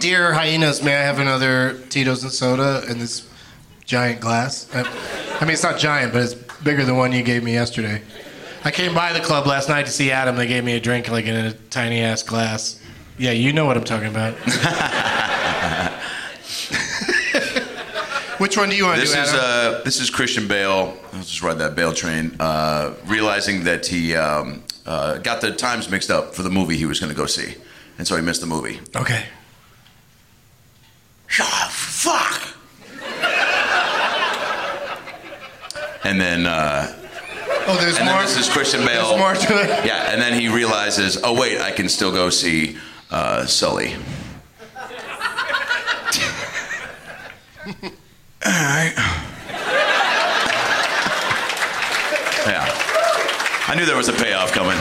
B: Dear hyenas, may I have another Tito's and soda in this giant glass? I, I mean, it's not giant, but it's bigger than one you gave me yesterday. I came by the club last night to see Adam. They gave me a drink like in a tiny ass glass. Yeah, you know what I'm talking
C: [laughs]
B: about. Which one do you want
C: This
B: to do,
C: is
B: Adam?
C: uh, this is Christian Bale. Let's just ride that Bale train. Uh, realizing that he um, uh, got the times mixed up for the movie he was going to go see, and so he missed the movie.
B: okay.
C: Ah, fuck. and then uh,
B: Oh, there's
C: and
B: more.
C: then this is Christian Bale.
B: There's more to it.
C: Yeah, and then he realizes, oh wait, I can still go see uh, Sully. All right. yeah. I knew there was a payoff coming.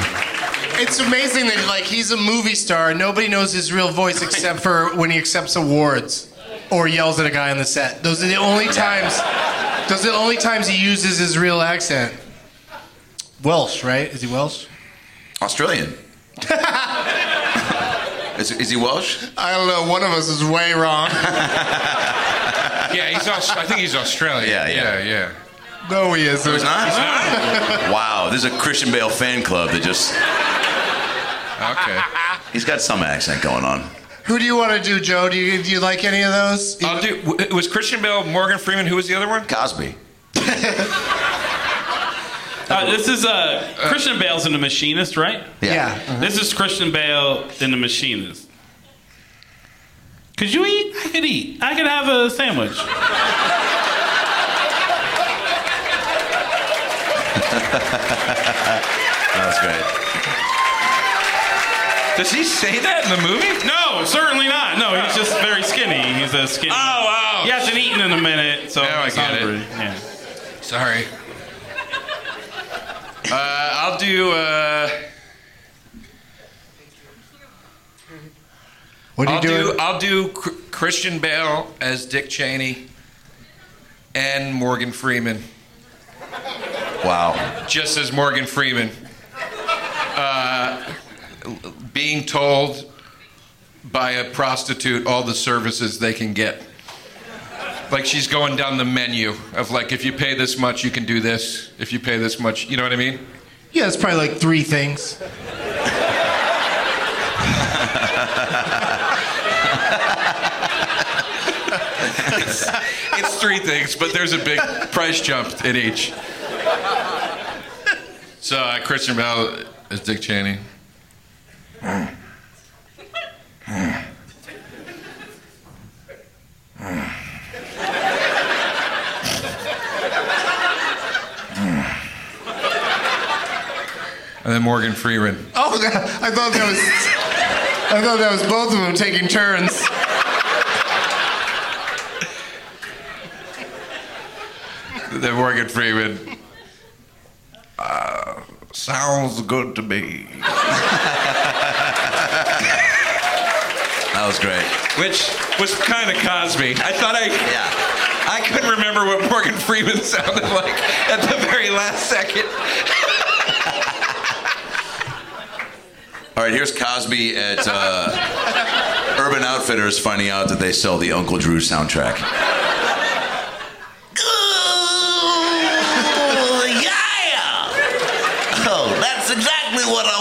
B: It's amazing that like he's a movie star. Nobody knows his real voice except for when he accepts awards or yells at a guy on the set. Those are the only times. Those are the only times he uses his real accent. Welsh, right? Is he Welsh?
C: Australian. is, is he Welsh?
B: I don't know. One of us is way wrong.
D: Yeah, he's. Aus- I think he's Australian.
C: Yeah, yeah.
D: yeah, yeah.
B: [laughs] no, he isn't.
C: He's not? wow, there's a Christian Bale fan club that just,
D: Okay.
C: he's got some accent going on.
B: Who do you want to do, Joe? Do you, do you like any of those?
D: I'll do. Uh, w- It was Christian Bale, Morgan Freeman. Who was the other one?
C: Cosby.
E: Uh, this is uh, Christian Bale's in The Machinist, right?
B: yeah.
D: Mm-hmm.
E: This is Christian Bale in The Machinist. Could you eat? I could eat. I could have a sandwich.
C: That's great.
D: Does he say that in the movie?
E: No, certainly not. No, he's just very skinny. He's a skinny.
D: Oh, oh.
E: He hasn't eaten in a minute, so
D: Now I
E: he's
D: get it.
E: hungry. Yeah.
D: Sorry. Uh, I'll do. Uh,
B: What are you
D: I'll
B: doing?
D: do. uh, I'll do Cr- Christian Bale as Dick Cheney and Morgan Freeman,
C: Wow.
D: just as Morgan Freeman, uh, being told by a prostitute all the services they can get. Like she's going down the menu of like, if you pay this much, you can do this. If you pay this much, you know what I mean?
B: yeah, it's probably like three things.
D: It's three things, but there's a big price jump in each. So uh, Christian Bale is Dick Cheney. and then Morgan Freeman.
B: Oh, [laughs] that, I thought that was. I thought that was both of them taking turns.
D: Then Morgan Freeman. Uh, sounds good to me.
C: That was great.
D: Which was kind of Cosby. I thought I.
C: Yeah.
D: I couldn't remember what Morgan Freeman sounded like at the very last second.
C: All right, here's Cosby at uh, Urban Outfitters finding out that they sell the Uncle Drew soundtrack. Ooh,
B: Oh,
C: yeah! Oh, that's exactly what I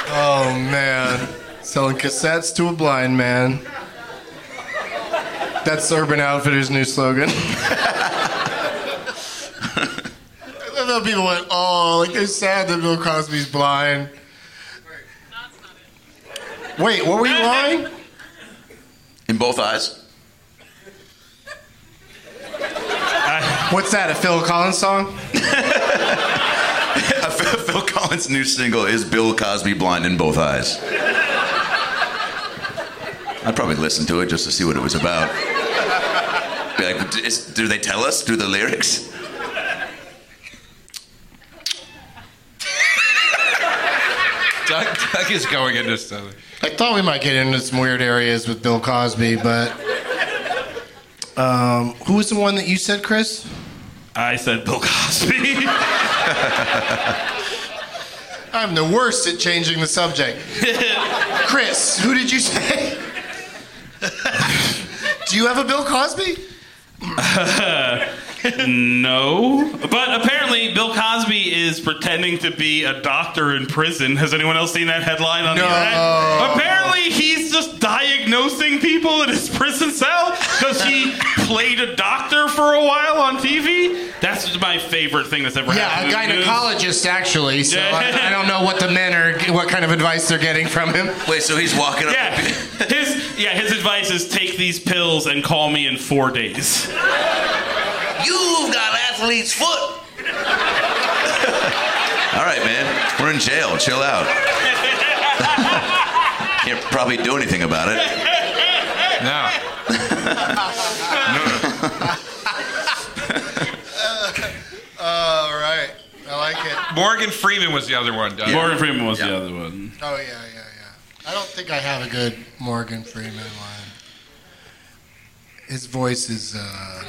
C: wanted.
B: Oh man, selling cassettes to a blind man. That's Urban Outfitters' new slogan. I thought people went, oh, like they're sad that Bill Cosby's blind. Wait, what were you lying?
C: In both eyes?
B: What's that? A Phil Collins song?
C: [laughs] Phil Collins' new single is Bill Cosby Blind in Both Eyes. I'd probably listen to it just to see what it was about. Be like, "D- is- do they tell us through the lyrics?
D: Doug, Doug is going into something.
B: I thought we might get into some weird areas with Bill Cosby, but um, who was the one that you said, Chris?
E: I said Bill Cosby. [laughs]
B: I'm the worst at changing the subject. Chris, who did you say? Do you have a Bill Cosby?
E: no. But apparently, Bill Cosby is pretending to be a doctor in prison. Has anyone else seen that headline on
B: No.
E: the internet? Apparently, he's just diagnosing people in his prison cell because he played a doctor for a while on TV. That's just my favorite thing that's ever
B: Yeah, a
E: happened. in the news.
B: gynecologist actually. So I, I don't know what the men are, what kind of advice they're getting from him.
C: Wait, so he's walking up.
E: Yeah,
C: to-
E: his yeah his advice is take these pills and call me in four
C: [laughs]
E: days.
C: You've got athlete's foot. [laughs] All right, man. We're in jail. Chill out. [laughs] Can't probably do anything about it.
D: No.
B: All right, I like it.
D: Morgan Freeman was the other one, Doug.
E: Morgan Freeman was the other one. [laughs]
B: Oh yeah, yeah, yeah. I don't think I have a good Morgan Freeman line. His voice is. Uh...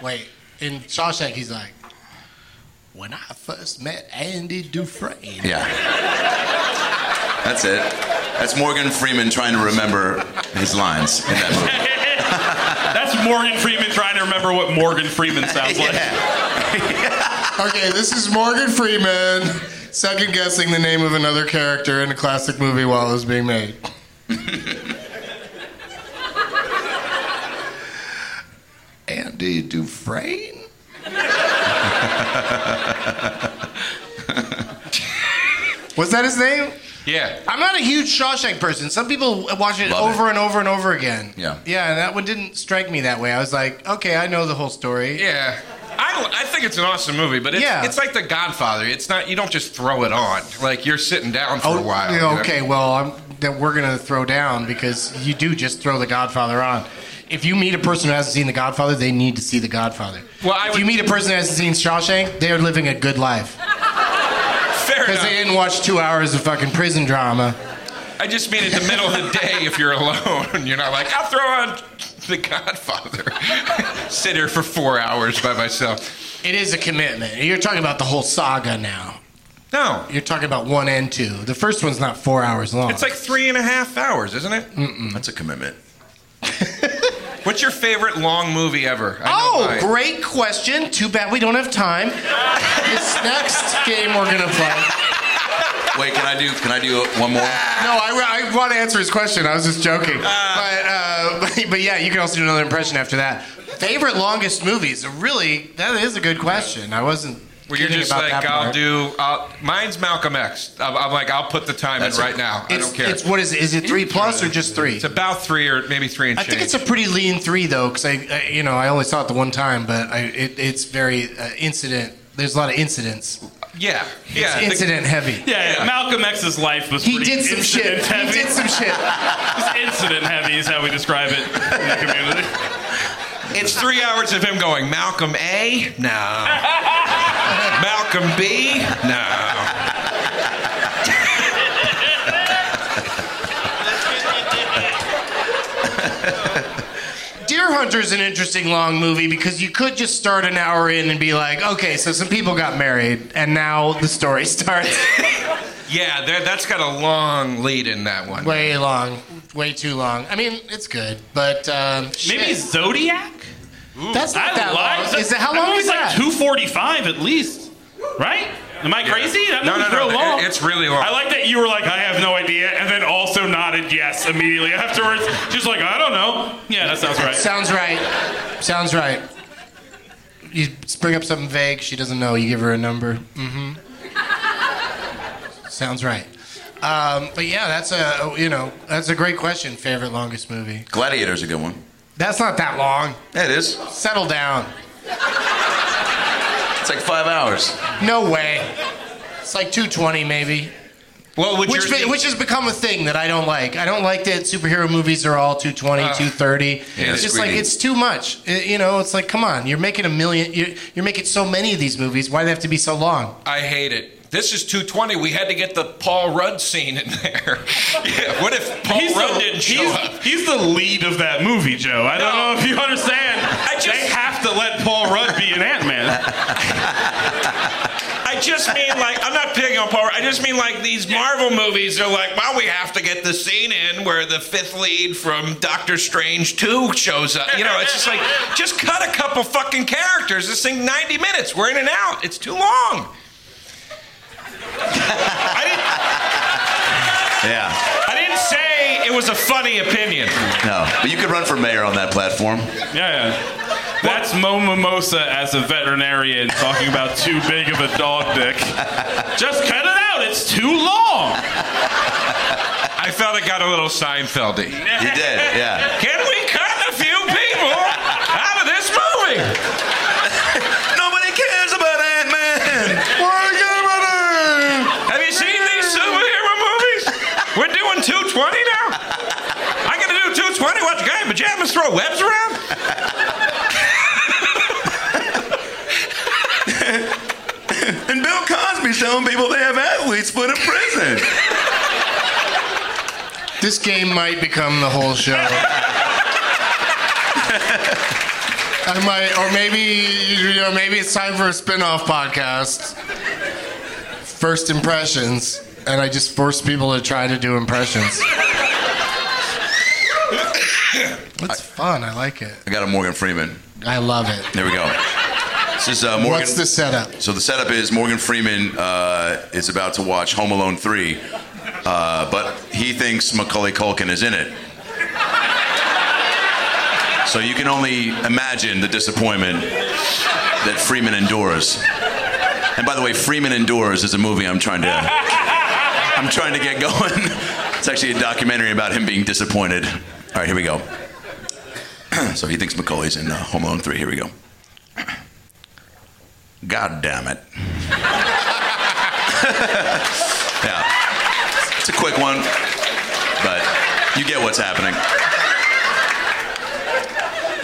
B: Wait, in Shawshank, he's like, "When I first met Andy Dufresne."
C: Yeah. That's it. That's Morgan Freeman trying to remember his lines in that movie.
E: That's Morgan Freeman trying to remember what Morgan Freeman sounds like.
B: Okay, this is Morgan Freeman second guessing the name of another character in a classic movie while it was being made. Andy Dufresne? Was that his name?
D: Yeah.
B: I'm not a huge Shawshank person. Some people watch it
C: Love it.
B: over and over and over again.
C: Yeah.
B: Yeah, and that one didn't strike me that way. I was like, okay, I know the whole story.
D: Yeah. I, I think it's an awesome movie, but it's,
B: Yeah.
D: it's like The Godfather. It's not you don't just throw it on. Like you're sitting down for a while. you
B: Oh, yeah,
D: know?
B: Okay, well, I'm, then we're gonna throw down because you do just throw The Godfather on. If you meet a person who hasn't seen The Godfather, they need to see The Godfather.
D: Well, I
B: if
D: would-
B: you meet a person who hasn't seen Shawshank, they are living a good life
D: Fair
B: because
D: enough.
B: they didn't watch two hours of fucking prison drama.
D: I just mean at the middle of the day if you're alone, [laughs] you're not like I'll throw on The Godfather. [laughs] Sit here for four hours by myself.
B: It is a commitment. You're talking about the whole saga now.
D: No,
B: You're talking about one and two. The first one's not four hours long.
D: it's like three and a half hours, isn't it?
C: [laughs] That's a commitment.
D: What's your favorite long movie ever? I know
B: Oh,
D: mine.
B: great question. Too bad we don't have time. [laughs] this next game we're gonna play.
C: Wait, can I do? Can I do one
B: No,
C: more?
B: I, I want to answer his question. I was just joking.
D: Ah.
B: but, uh, [laughs] but yeah, you can also do another impression after that. Favorite longest movies? Really, that is a good question. I wasn't
D: Where you're
B: kidding
D: just
B: about
D: like,
B: that
D: I'll
B: part.
D: do. I'll, mine's Malcolm X. I'm, I'm like, I'll put the time
C: That's
D: in
C: it.
D: right now. I
B: It's,
D: don't care.
B: It's what is it? Is it three plus or just three?
D: It's about three or maybe three and
B: I
D: change.
B: think it's a pretty lean three though, because I, I, you know, I only saw it the one time, but I, it, it's very uh, incident. There's a lot of incidents.
D: yeah, yeah.
B: It's
D: I think-
B: incident heavy.
E: Yeah, yeah, Malcolm X's life was
B: He
E: pretty
B: did some
E: incident
B: shit.
E: heavy.
B: He did some shit.
E: It's [laughs] incident heavy is how we describe it in the community.
D: It's three hours of him going, Malcolm A? No. Malcolm B? No.
B: Deer Hunter's an interesting long movie because you could just start an hour in and be like, okay, so some people got married, and now the story [laughs] starts.
D: Yeah, there, that's got a long lead in that one.
B: way long, way too long. I mean, it's good, but um, shit.
E: Maybe Zodiac?
B: that's not that
E: lied.
B: long. Is that how long
E: movie's
B: is that?
E: like 245 at least. Right? Am I crazy? That
D: No,
E: movie's
D: no, no,
E: real
D: it-
E: long.
D: it's really long.
E: I like that you were like, I have no idea, and then also nodded yes immediately afterwards. Just like, I don't know. Yeah, that sounds right.
B: Sounds right. Sounds right. You bring up something vague, she doesn't know. You give her a number. Mm-hmm. Sounds right. Um, but yeah, that's a you know that's a great question. Favorite longest movie?
C: Gladiator's a good one.
B: That's not that long.
C: Yeah, it is.
B: Settle down.
C: It's like five hours.
B: No way. It's like 220 maybe.
D: Well, would
B: Which,
D: your-
B: be- which has become a thing that I don't like. I don't like that superhero movies are all 220,
D: Ah.
B: 230. it's
C: it's
B: just
C: greedy.
B: like it's too much. It- you know, it's like come on, you're making a million. You're, you're making so many of these movies. Why do they have to be so long?
D: I hate it. This is 220. We had to get the Paul Rudd scene in there. [laughs] yeah, what if Paul Rudd didn't show
E: he's,
D: up?
E: he's the lead of that movie, Joe. I don't
D: No.
E: know if you understand.
D: I just-
E: they have to let Paul Rudd be an Ant Man.
D: I just mean like I'm not picking on Paul. Rudd. I just mean like these Marvel movies are like, well, we have to get the scene in where the fifth lead from Doctor Strange two shows up. You know, it's just like just cut a couple fucking characters. This thing 90 minutes. We're in and out. It's too long. I didn't,
C: Yeah.
D: I didn't say it was a funny opinion.
C: No, but you could run for mayor on that platform.
E: yeah, yeah. That's Mo Mimosa as a veterinarian talking about too big of a dog dick. Just cut it out. It's too long.
D: I felt it got a little Seinfeldy.
C: You did, yeah.
D: Can we cut a few people out of this movie?
C: Nobody cares about Ant Man. Why care about
D: Have you seen these superhero movies? We're doing 220 now. I'm gonna do 220. Watch a guy in pajamas throw webs around.
C: it? And Bill Cosby showing people they have athletes put in prison.
B: This game might become the whole show. I might, or maybe you know, maybe it's time for a spin-off podcast. First impressions, and I just force people to try to do impressions. It's fun. I like it.
C: I got a Morgan Freeman.
B: I love it.
C: There we go. This is uh, Morgan.
B: What's the setup?
C: So the setup is Morgan Freeman uh, is about to watch Home Alone 3, uh, but he thinks Macaulay Culkin is in it. So you can only imagine the disappointment that Freeman endures. And by the way, Freeman Endures is a movie I'm trying to I'm trying to get going. [laughs] It's actually a documentary about him being disappointed. All right, here we go. [clears throat] so he thinks Macaulay's in uh, Home Alone 3. Here we go. God damn it. [laughs] yeah. It's a quick one, but you get what's happening.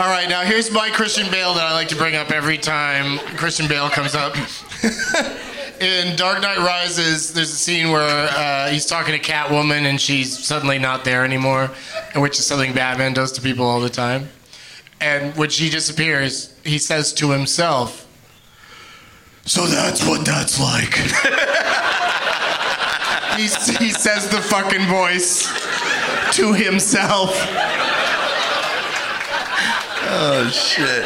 B: All right, now here's my Christian Bale that I like to bring up every time Christian Bale comes up. [laughs] In Dark Knight Rises, there's a scene where uh, he's talking to Catwoman and she's suddenly not there anymore, which is something Batman does to people all the time. And when she disappears, he says to himself, So that's what that's like. he, he says the fucking voice to himself.
C: Oh, shit.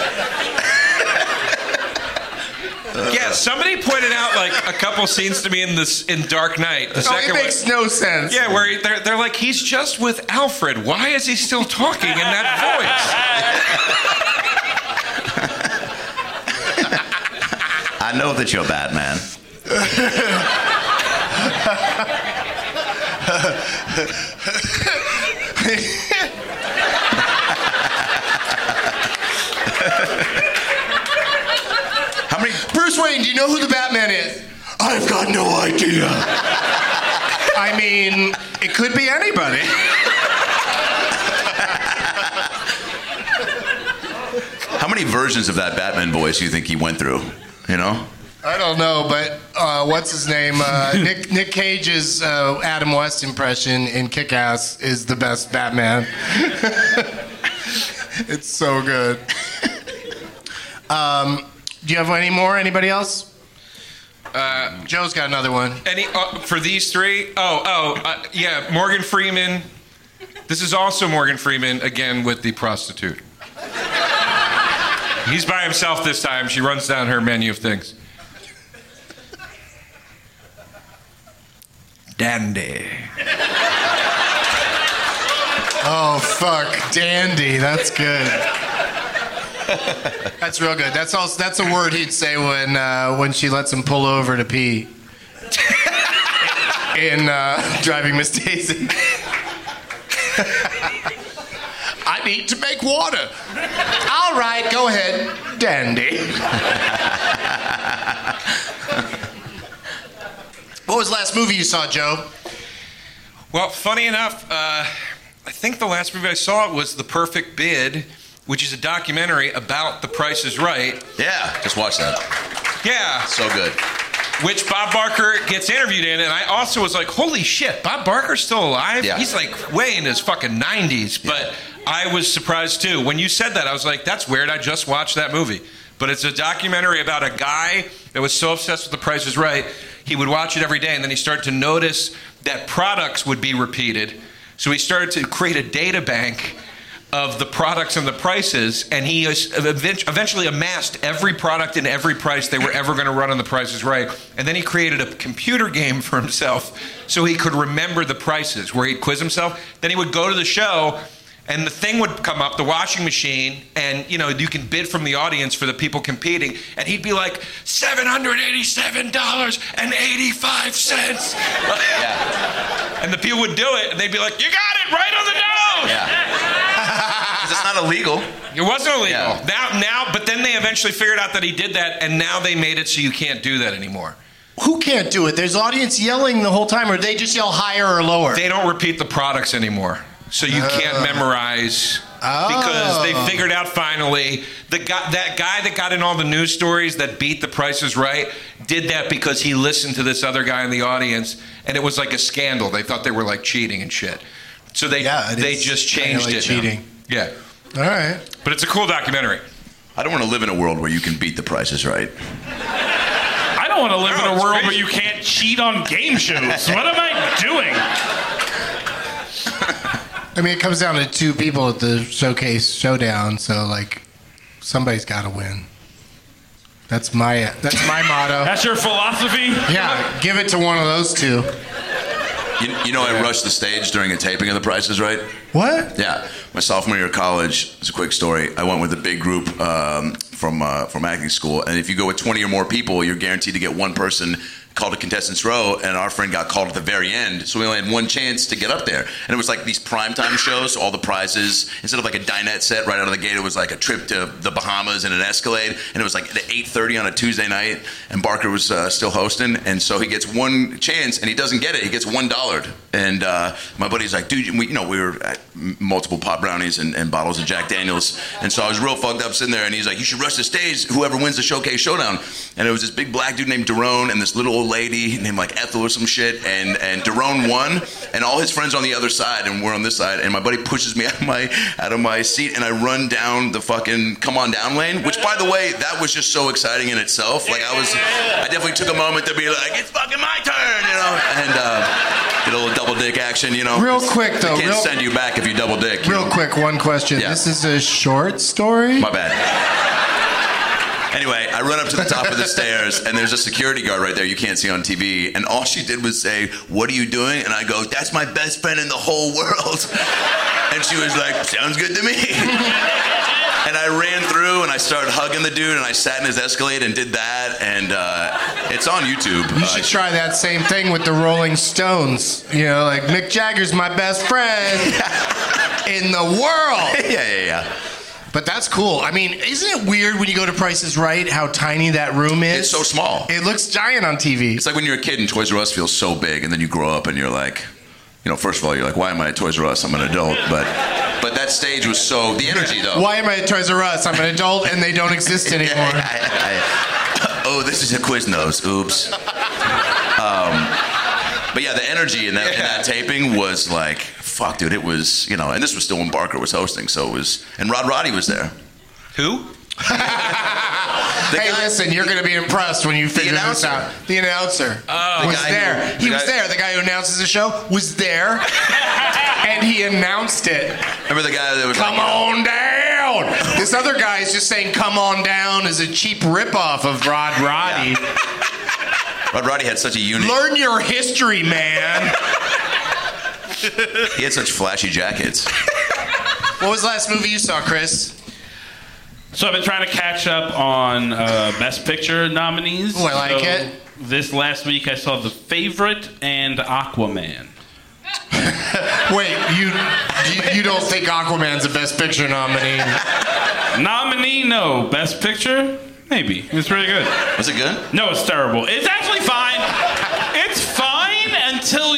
D: Yeah, somebody pointed out like a couple scenes to me in this in Dark Knight. The
B: Oh,
D: second
B: it makes
D: one.
B: no sense.
D: Yeah, where he- they're, they're like, he's just with Alfred. Why is he still talking in that voice?
C: I [laughs] I know that you're Batman. How many?
B: Bruce Wayne, do you know who the Batman is? I've got no idea. I mean, it could be anybody.
C: How many versions of that Batman voice do you think he went through? You know?
B: I don't know, but uh, what's his name? Uh, Nick Nick Cage's uh, Adam West impression in Kick Ass is the best Batman. [laughs] it's so good. um, do you have any more? Anybody else? Uh, Joe's got another one.
D: Any uh, for these three? Oh, oh, uh, yeah. Morgan Freeman. This is also Morgan Freeman again with the prostitute. He's by himself this time. She runs down her menu of things. Dandy.
B: Oh fuck, dandy. That's good. That's real good. That's also that's a word he'd say when uh, when she lets him pull over to pee. In uh, driving Miss Daisy. [laughs] I need to make water. All right, go ahead, dandy. what was the last movie you saw, Joe?
D: Well, funny enough, uh, I think the last movie I saw was The Perfect Bid, which is a documentary about The Price is Right.
C: Yeah, just watch that.
D: Yeah,
C: So good. [laughs]
D: which Bob Barker gets interviewed in, and I also was like, "Holy shit, Bob Barker's still alive?
C: Yeah.
D: He's like way in his fucking 90s." But I was surprised too when you said that. I was like, "That's weird." I just watched that movie, but it's a documentary about a guy that was so obsessed with The Price Is Right, he would watch it every day, and then he started to notice that products would be repeated. So he started to create a data bank of the products and the prices, and he is- event- eventually amassed every product and every price they were ever going to run on The Price is Right. And then he created a computer game for himself so he could remember the prices, where he'd quiz himself. Then he would go to the show, and the thing would come up, the washing machine, and you know you can bid from the audience for the people competing, and he'd be like seven hundred eighty-seven dollars and eighty-five cents, [laughs] and the people would do it, and they'd be like, "You got it right on the nose."
C: Yeah. 'Cause it's not illegal.
D: It wasn't illegal.
C: Yeah.
D: Now, now, but then they eventually figured out that he did that, and now they made it so you can't do that anymore.
B: Who can't do it? There's audience yelling the whole time, or they just yell higher or lower.
D: They don't repeat the products anymore, so you can't memorize because they
B: Uh. Oh.
D: figured out finally the guy, that guy that got in all the news stories that beat the prices right did that because he listened to this other guy in the audience, and it was like a scandal. They thought they were like cheating and shit, so they
B: Yeah, it
D: they
B: is
D: just
B: kinda
D: changed
B: like
D: it. now.
B: cheating.
D: Yeah,
B: All right.
D: but it's a
B: [laughs]
D: cool documentary.
C: I don't want to live in a world where you can beat the prices right.
E: I don't want to live
D: No,
E: in a
D: it's
E: world
D: crazy.
E: where you can't cheat on game shows. What am I doing?
B: I mean, it comes down to two people at the showcase showdown, so like somebody's got to win. That's my that's [laughs] my motto.
E: That's your philosophy?
B: Yeah, give it to one of those two.
C: You, you know, I rushed the stage during a taping of The Price is Right.
B: What?
C: Yeah, my sophomore year of college. It's a quick story. I went with a big group um, from uh, from acting school, and if you go with twenty or more people, you're guaranteed to get one person called to contestants row. And our friend got called at the very end, so we only had one chance to get up there. And it was like these primetime shows, so all the prizes instead of like a dinette set right out of the gate, it was like a trip to the Bahamas and an Escalade. And it was like at eight thirty on a Tuesday night, and Barker was uh, still hosting, and so he gets one chance, and he doesn't get it. He gets one dollar, and uh, my buddy's like, dude, we, you know, we were at m- multiple pot brownies and, and bottles of Jack Daniels, and so I was real fucked up sitting there, and he's like, you should rush the stage, whoever wins the showcase showdown, and it was this big black dude named Daron and this little old lady named like Ethel or some shit, and and Daron won, and all his friends on the other side, and we're on this side, and my buddy pushes me [laughs] out of my out of my seat, and I run down the fucking come on down lane, which by the way, that was just so exciting in itself, like I was, I definitely took a moment to be like, it's fucking my turn, you know, and. Uh, Get a little double dick action, you know.
B: Real quick, though,
C: They can't
B: real-
C: send you back if you double dick. you
B: Real
C: know.
B: quick, one question.
C: Yeah.
B: This is a short story.
C: My bad. Anyway, I run up to the top of the stairs, and there's a security guard right there you can't see on TV. And all she did was say, What are you doing? And I go, That's my best friend in the whole world. And she was like, Sounds good to me. and I ran through and I started hugging the dude and I sat in his Escalade and did that and uh, it's on YouTube.
B: You
C: Uh,
B: should try that same thing with the Rolling Stones. You know, like Mick Jagger's my best friend
C: [laughs]
B: in the world.
C: [laughs] yeah, yeah, yeah.
B: But that's cool. I mean, isn't it weird when you go to Prices Right how tiny that room is?
C: It's so small.
B: It looks giant on TV.
C: It's like when you're a kid and Toys R Us feels so big, and then you grow up and you're like, you know, first of all, you're like, why am I at Toys R Us? I'm an adult, but but that stage was so the energy though.
B: Why am I at Toys R Us? I'm an adult and they don't exist anymore.
C: [laughs] Yeah, I- I- oh, this is a Quiznos. Oops. Um, but yeah, the energy in that, in that taping was like, fuck, dude. It was you know, and this was still when Barker was hosting, so it was, and Rod Roddy was there.
D: Who?
C: The
B: hey,
C: guy-
B: listen, you're going to be impressed when you figure this
C: announcer. Oh.
B: out. The announcer
C: The
B: was
C: guy who-
B: there.
C: the
B: he was
C: guy-
B: there. The guy who announces the show was
C: [laughs]
B: there. and he announced it.
C: Remember the guy that was
B: Come
C: like, you
B: on
C: know,
B: down. This other guy is just saying "Come on down" is a cheap ripoff of Rod Roddy.
C: Rod Roddy had such a unique.
B: Learn your history, man.
C: He had such flashy jackets.
B: what was the last movie you saw, Chris?
E: So I've been trying to catch up on uh, Best Picture nominees.
B: Ooh, I like
E: So
B: it.
E: This last week I saw The Favorite and Aquaman.
B: Wait, you you, you don't think Aquaman's the best picture nominee?
E: Nominee, no. Best Picture, maybe. It's really good.
C: Was it good?
E: No, it's terrible. It's actually fine. It's fine until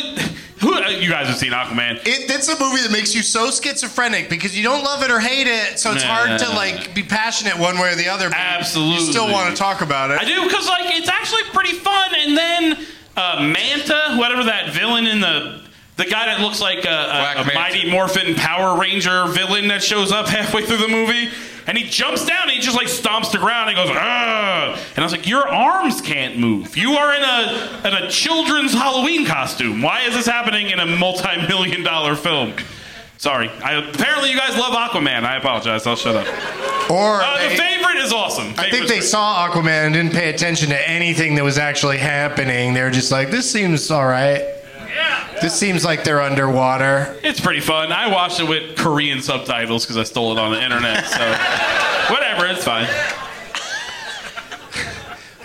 E: who uh, you guys have seen Aquaman.
B: It, that's a movie that makes you so schizophrenic because you don't love it or hate it, so it's hard to
E: Nah.
B: like be passionate one way or the other. But
E: Absolutely.
B: you still want to talk about it.
E: I do because like it's actually pretty fun. And then uh, Manta, whatever that villain in the the guy that looks like a,
D: Black
E: a, a
D: Manta.
E: Mighty Morphin Power Ranger villain that shows up [laughs] halfway through the movie. And he jumps down and he just like stomps the ground and goes, Ugh! and I was like, your arms can't move. You are in a in a children's Halloween costume. Why is this happening in a multi-million dollar film? Sorry. I, apparently you guys love Aquaman. I apologize. I'll shut up.
B: Or
E: Uh,
B: they-
E: the favorite is
B: I
E: awesome.
B: think
E: Favorite's
B: they
E: great.
B: saw Aquaman and didn't pay attention to anything that was actually happening. They were just like, this seems all right. This seems like they're underwater.
E: It's pretty fun. I watched it with Korean subtitles because I stole it on the internet.
B: [laughs]
E: So whatever, it's fine.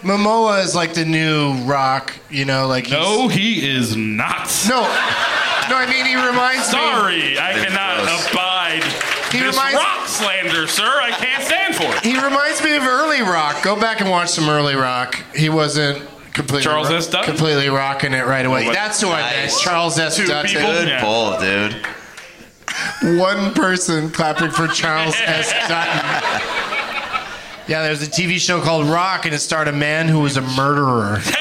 B: Momoa is like the new rock, you know, like he's-
E: No, he is not.
B: No. No, I mean he reminds me
E: Sorry, I
C: They're
E: cannot
C: close.
E: abide
B: He
E: this
B: reminds-
E: rock slander, sir. I can't stand for it. [laughs]
B: he reminds me of early rock. Go back and watch some early rock. He wasn't completely
E: Charles
B: ro-
E: S. Dutton?
B: completely rocking it right away.
E: What?
B: That's who I
C: Nice.
B: meant. Charles S.
E: Two
B: Dutton.
E: people.
C: Good
E: Yeah.
C: pull, dude.
B: one person clapping for Charles
E: [laughs]
B: S. Dutton. Yeah, there's a TV show called Rock, and it starred a man who was a murderer.
D: Yeah,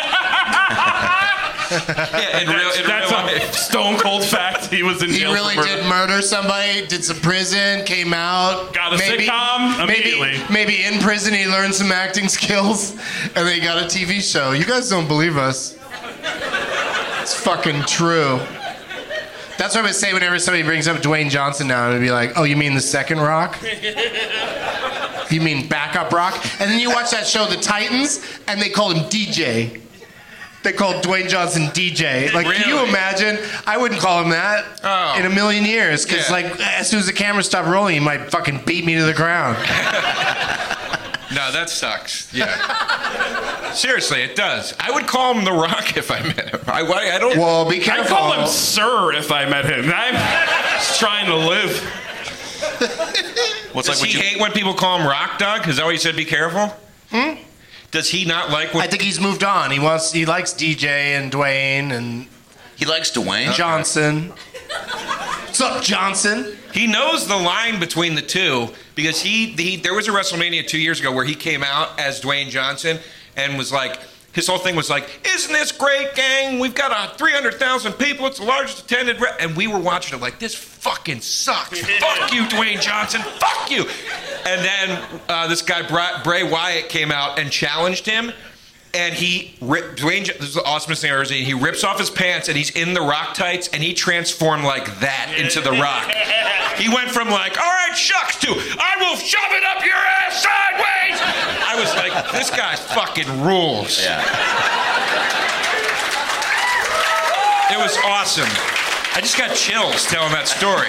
D: in real,
E: That's,
D: in
E: that's
D: real
E: a
D: life.
E: stone cold fact. He was in
B: He
E: jail. for
B: really
E: murder.
B: did murder somebody, did some prison, came out.
E: Got a sitcom immediately.
B: Maybe, maybe in prison he learned some acting skills, [laughs] and they got a TV show. You guys don't believe us. It's fucking true. That's what I would say whenever somebody brings up Dwayne Johnson now. I would be like, oh, you mean the second
E: [laughs]
B: rock? You mean backup rock? And then you watch that show, The Titans, and they called him DJ. They called Dwayne Johnson DJ. Like, can you
D: Really?
B: imagine? I wouldn't call him that
D: Oh.
B: in a million years. Because
D: Yeah.
B: like, as soon as the camera stopped rolling, he might fucking beat me to the
E: [laughs]
B: ground.
D: No, that sucks. Yeah. Seriously, it does. I would call him The Rock if I met him. I, why- I don't.
B: well, be
E: I
B: careful.
E: call him sir if I met him. I'm just trying to live.
C: What's
D: does
C: like
D: he
C: when you
D: hate when people call him Rock Dog? Is that why you said be careful? Hmm? Does he not like
B: I
D: what?
B: think he's moved on. He wants. He likes DJ and Dwayne and
C: he likes Dwayne?
B: Johnson. What's up, Johnson?
D: He knows the line between the two because he, he there was a WrestleMania two years ago where he came out as Dwayne Johnson and was like his whole thing was like, "Isn't this great, gang? We've got uh, three hundred thousand people. It's the largest attended." Re-. And we were watching it like, "This fucking sucks. Fuck you, Dwayne Johnson. Fuck you." And then uh, this guy Bra- Bray Wyatt came out and challenged him. And he ripped Dwayne. Jo- This is the awesomest thing I've ever seen. He rips off his pants and he's in the rock tights and he transformed like that into the rock. He went from like, all right, shucks, to I will shove it up your ass sideways. I was like, this guy fucking rules.
C: Yeah.
D: It was awesome. I just got chills telling that story.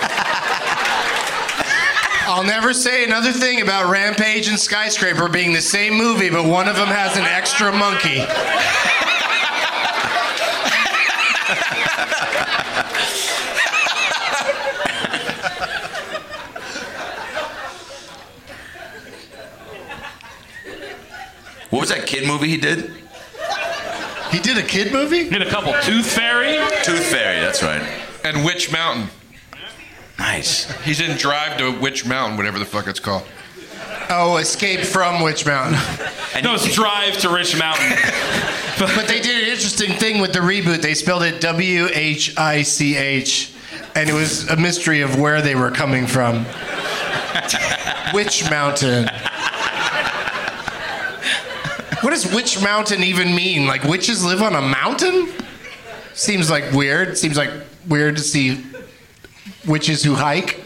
B: I'll never say another thing about Rampage and Skyscraper being the same movie, but one of them has an extra monkey.
C: What was that kid movie he did?
B: He did a kid movie?
E: Did a couple. Tooth Fairy.
C: Tooth Fairy, that's right.
D: And Witch Mountain.
C: Nice.
D: He's in Drive to Witch Mountain, whatever the fuck it's called.
B: Oh, Escape from Witch Mountain.
E: No, it's Drive to Rich Mountain.
B: But they did an interesting thing with the reboot. They spelled it W H I C H, and it was a mystery of where they were coming from. Witch Mountain. What does Witch Mountain even mean? Like witches live on a mountain? Seems like weird. Seems like weird to see witches who hike.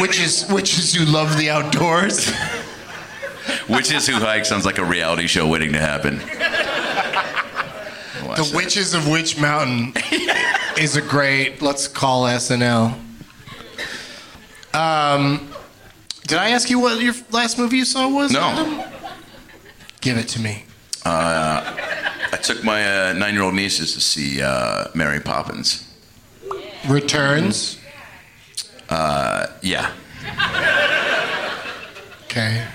B: witches witches who love the outdoors.
C: Witches Who Hike sounds like a reality show waiting to happen. Watch
B: The
C: that.
B: Witches of Witch
C: [laughs]
B: Mountain is a great, let's call SNL. Um, did I ask you what your last movie you saw was?
C: No.
B: Adam? Give it to me.
C: I took my uh, nine-year-old nieces to see uh, Mary Poppins.
B: Returns.
C: Yeah.
B: Okay.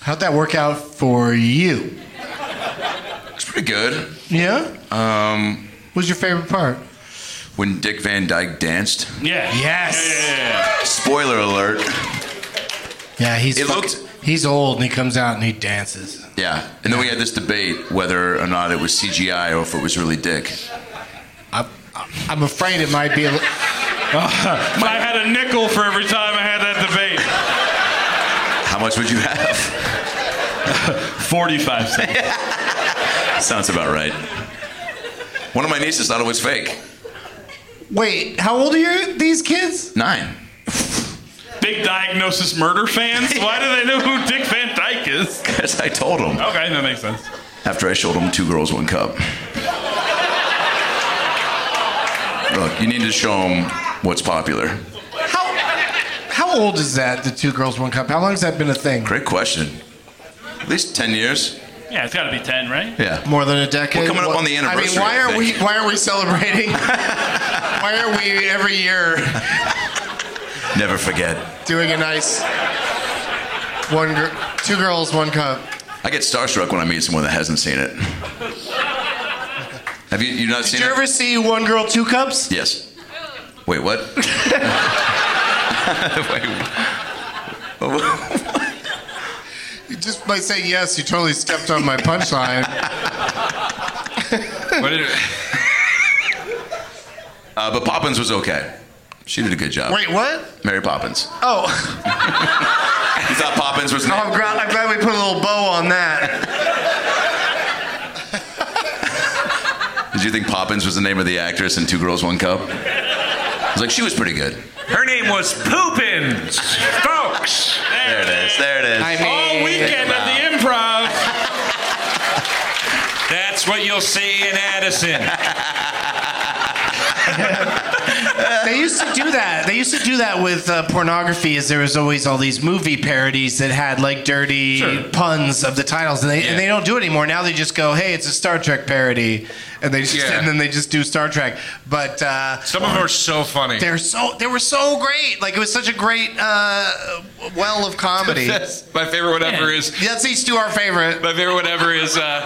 B: How'd that work out for you?
C: It's pretty good.
B: Yeah?
C: Um,
B: What's your favorite part?
C: when Dick Van Dyke danced.
E: Yeah.
B: Yes.
C: Spoiler alert.
B: Yeah, he's
C: It
B: fuck-
C: looked-
B: he's old and he comes out and he dances.
C: Yeah. And then we had this debate whether or not it was CGI or if it was really Dick.
B: I'm, I'm afraid it might be a li-
E: If I had a nickel for every time I had that debate.
C: How much would you have? [laughs]
E: 45 seconds.
C: Sounds about right. One of my nieces thought it was fake.
B: Wait, how old are you, these kids?
C: Nine.
E: [laughs] Big diagnosis murder fans? Why do they know who Dick Van Dyke is?
C: Because I told him
E: Okay, that makes sense.
C: after I showed him Two Girls, One Cup. Look, you need to show him what's popular.
B: How how old is that? The two girls, one cup. How long has that been a thing?
C: Great question. At least 10 years.
E: Yeah, it's got to be 10, right?
C: Yeah.
B: More than a decade.
C: We're coming up
B: What-
C: on the
B: I mean,
C: anniversary,
B: why
C: I
B: are
C: [laughs]
B: we
C: think.
B: why are we celebrating? why are we every year
C: Never forget.
B: doing a nice one gir- two girls, one cup?
C: I get starstruck when I meet someone that hasn't seen it. Have you you not
B: Did
C: seen
B: you
C: it?
B: ever see one girl, two cups?
C: Yes. Wait,
B: [laughs]
C: what? Wait.
B: Just by saying yes, you totally stepped on my
C: [laughs]
B: punchline.
D: What did
C: Uh, but Poppins was okay. She did a good job.
B: Wait, what?
C: Mary Poppins.
B: Oh, [laughs]
C: You thought Poppins was.
B: oh I'm, gra- I'm glad we put a little bow on that.
C: Did you think Poppins was the name of the actress in Two Girls, One Cup? I was like, she was pretty good.
D: Her name was Poopins, folks.
C: There it is. There it is.
B: I mean-
E: All weekend at the improv.
D: That's what you'll see in Addison.
B: They used to do that. They used to do that with uh, pornography. Is there was always all these movie parodies that had like dirty puns of the titles, and they and they don't do it anymore. Now they just go, "Hey, it's a Star Trek parody," and they just
D: Yeah.
B: and then they just do Star Trek. But uh,
D: Some of them are so funny.
B: they're so they were so great. Like it was such a great uh, well of
E: [laughs]
B: comedy.
D: That's [laughs] my favorite one ever is
B: That's these two our favorite.
D: my favorite one ever is uh,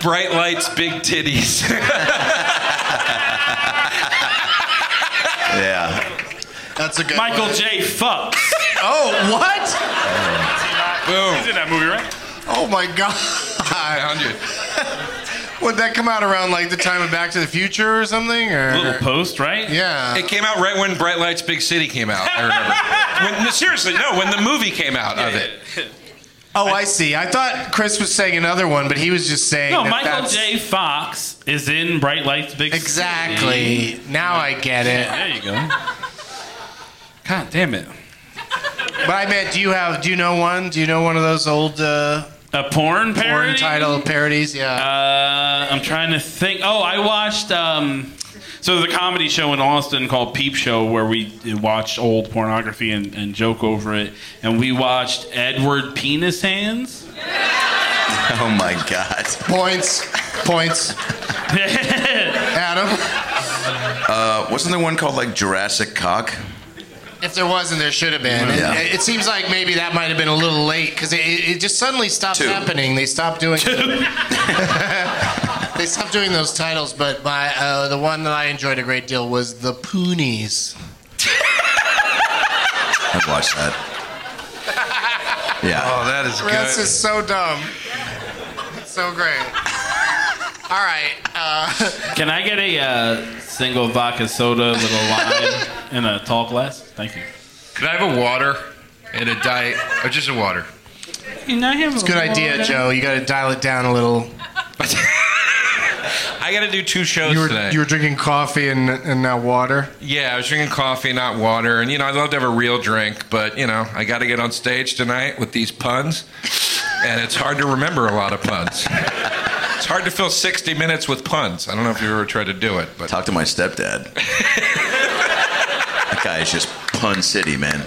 D: bright lights,
F: [laughs]
D: big titties.
C: yeah.
B: That's a good
E: Michael
B: one.
E: J. Fuck.
B: Oh what?
E: He's in that movie, right?
B: Oh my god.
D: I found you.
B: [laughs] Would that come out around like the time of Back to the Future or something? Or
E: Little Post, right?
B: Uh-huh. yeah.
D: It came out right when Bright Lights, Big City came out. I remember. When, no, seriously, no, when the movie came out of it.
B: Oh, I see. I thought Chris was saying another one, but he was just saying.
E: No,
B: that
E: Michael
B: that's-
E: J. Fox is in Bright Lights Big City.
B: Exactly. Now I get it.
E: There you go. God damn it.
B: But I meant, do you have? Do you know one? Do you know one of those old uh,
E: A porn parody?
B: porn title parodies? Yeah.
E: Uh, I'm trying to think. Oh, I watched um, So there's a comedy show in Austin called Peep Show where we watch old pornography and, and joke over it. And we watched Edward Penis Hands. [laughs]
C: Oh my God.
B: Points. Points. Adam.
C: Uh, wasn't there one called like Jurassic Cock?
B: If there wasn't, there should have been. It-
C: Yeah.
B: It, seems like maybe that might have been a little late because it, it just suddenly stopped
C: Two.
B: happening. They stopped doing. [laughs] they stopped doing those titles. But my uh, the one that I enjoyed a great deal was the Poonies.
C: I've watched [laughs] that. Yeah.
D: Oh, that is good.
B: This is so dumb. It's so great. [laughs] All right. Uh,
E: Can I get a uh, single vodka soda with a lime and a tall glass? Thank you.
F: Could I have a water and a diet, or just a water?
B: it's a good idea, Joe. You got to dial it down a little.
D: [laughs] I got to do two shows
B: You were,
D: today.
B: you were drinking coffee and, and now water.
D: yeah, I was drinking coffee, not water, and you know I love to have a real drink, but you know I got to get on stage tonight with these puns, and it's hard to remember a lot of puns. it's hard to fill 60 minutes with puns. I don't know if you've ever tried to do it, but
C: Talk to my stepdad. that guy is just pun city, man.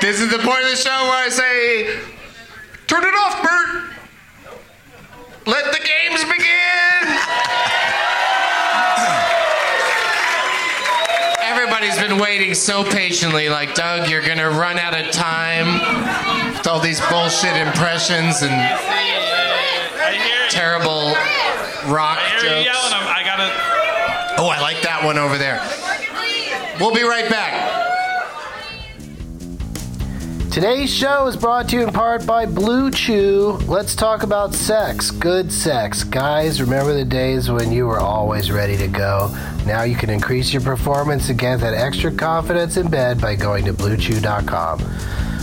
B: This is the point of the show where I say, turn it off, Bert. Let the games begin. Everybody's been waiting so patiently, like, Doug, you're going to run out of time with all these bullshit impressions and
E: I hear you.
B: terrible rock
E: I hear you yelling.
B: jokes.
E: I'm, I gotta.
B: Oh, I like that one over there. We'll be right back.
G: Today's show is brought to you in part by Blue Chew. Let's talk about sex, good sex. Guys, remember the days when you were always ready to go? Now you can increase your performance and get that extra confidence in bed by going to BlueChew.com.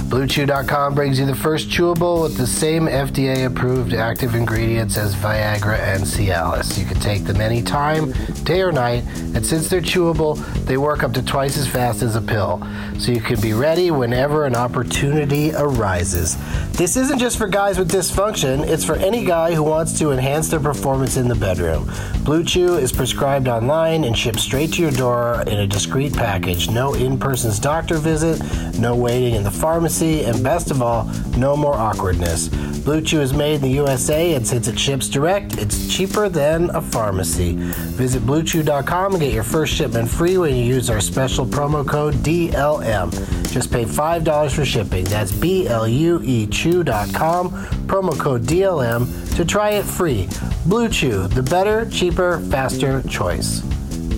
G: BlueChew.com brings you the first chewable with the same FDA approved active ingredients as Viagra and Cialis. You can take them anytime, day or night, and since they're chewable, they work up to twice as fast as a pill, so you can be ready whenever an opportunity arises. This isn't just for guys with dysfunction, it's for any guy who wants to enhance their performance in the bedroom. Blue Chew is prescribed online and shipped straight to your door in a discreet package. No in person's doctor visit, no waiting in the pharmacy, and best of all, no more awkwardness. Blue Chew is made in the USA, and since it ships direct, it's cheaper than a pharmacy. Visit bluechew.com and get your first shipment free when you use our special promo code DLM. Just pay $5 for shipping. That's B L U E Chew.com, promo code DLM to try it free. Blue Chew, the better, cheaper, faster choice.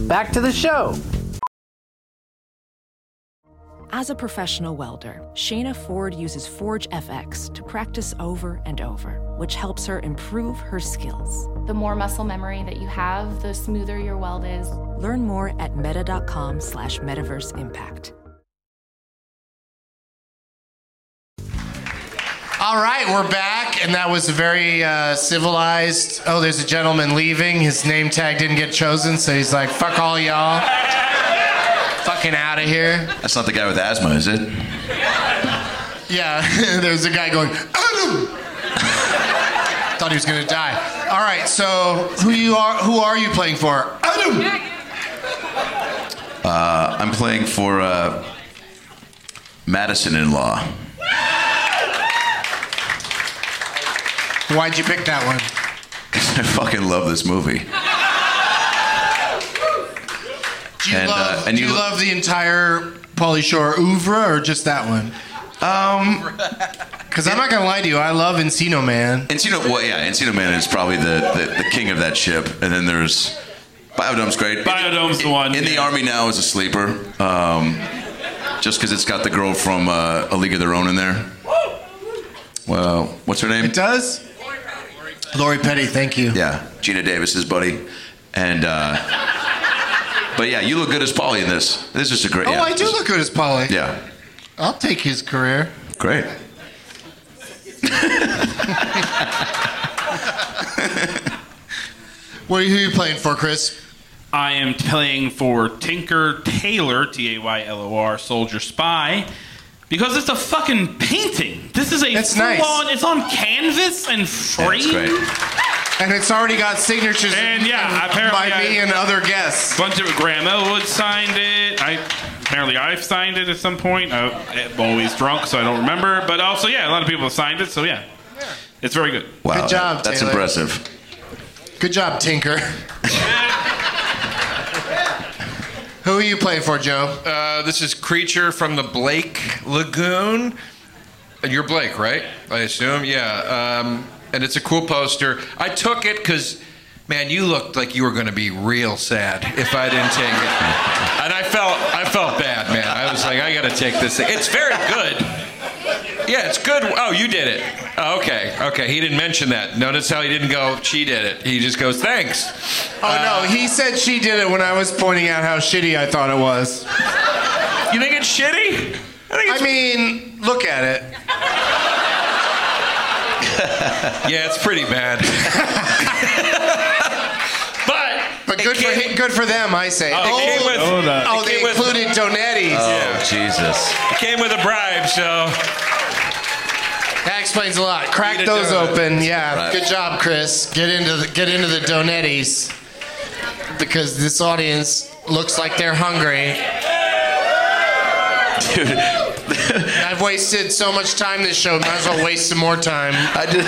G: Back to the show.
H: As a professional welder, Shayna Ford uses Forge FX to practice over and over, which helps her improve her skills.
I: The more muscle memory that you have, the smoother your weld is.
H: Learn more at meta.com slash metaverse impact.
B: All right, we're back, and that was a very uh, civilized. Oh, there's a gentleman leaving. His name tag didn't get chosen, so he's like, "Fuck all y'all, fucking out of here."
C: That's not the guy with asthma, is it?
B: Yeah, [laughs] there's a guy going, "Adam." [laughs] Thought he was gonna die. All right, so who you are? Who are you playing for? Adam.
C: Uh, I'm playing for uh, Madison in law. [laughs]
B: Why'd you pick that one?
C: I fucking love this movie.
B: Do you
C: And, uh,
B: love?
C: and
B: do
C: you
B: you
C: lo-
B: love the entire Pauly Shore oeuvre, or just that one?
C: [laughs] Um,
B: Because I'm not gonna lie to you, I love Encino Man.
C: Encino, well, yeah, Encino Man is probably the, the, the king of that ship. And then there's Biodome's great.
E: Biodome's the one,
C: In the
E: yeah.
C: Army now is a sleeper. Um, just because it's got the girl from uh, A League of Their Own in there. Well, what's her name?
B: It does. Lori Petty, thank you.
C: Yeah, Gina Davis's buddy, and uh, but yeah, you look good as Polly in this. This is a great.
B: Oh,
C: yeah,
B: I do
C: this-
B: look good as Polly.
C: Yeah,
B: I'll take his career.
C: great.
B: What are you, who you playing for, Chris?
E: I am playing for Tinker Taylor, T A Y L O R, Soldier Spy, Because it's a fucking painting. This is a
B: It's nice.
E: full-on- It's on canvas and frame.
B: And it's already got signatures.
E: And yeah, apparently
B: by me and other guests.
E: Bunch of Graham Elwood signed it. I apparently I've signed it at some point. I- I'm always drunk, so I don't remember. But also, yeah, a lot of people have signed it. So yeah, it's very good.
C: Wow,
B: Good job,
C: that's
B: Taylor.
C: impressive. [laughs]
B: Good job,
D: [laughs]
B: Tinker. Who are you playing for, Joe?
D: Uh, this is Creature from the Blake Lagoon. Uh, You're Blake, right? I assume, yeah. Um, and it's a cool poster. I took it because, man, you looked like you were going to be real sad if I didn't take it. And I felt, I felt bad, man. I was like, I got to take this thing. It's very good. Yeah, it's good. Oh, you did it. Oh, okay, okay. He didn't mention that. Notice how he didn't go. She did it. He just goes, thanks. Uh,
B: Oh no, he said she did it when I was pointing out how shitty I thought it was.
D: [laughs] You think it's shitty? I, think
B: it's... I mean, look at it.
D: Yeah, it's pretty bad. [laughs] but
B: But good for him, good for them, I say.
D: Oh, it came with- Oh, no.
B: oh,
D: it
B: they
D: came with-
B: included Donetti's.
C: Oh, Jesus.
D: it came with a bribe, so
B: That explains a lot.
D: Eat
B: Crack
D: a
B: those
D: donut.
B: open. Yeah,
C: Right.
B: good job, Chris. Get into the get into the Donetti's because this audience looks like they're hungry. I've wasted so much time this show. Might as well waste some more time.
C: I just,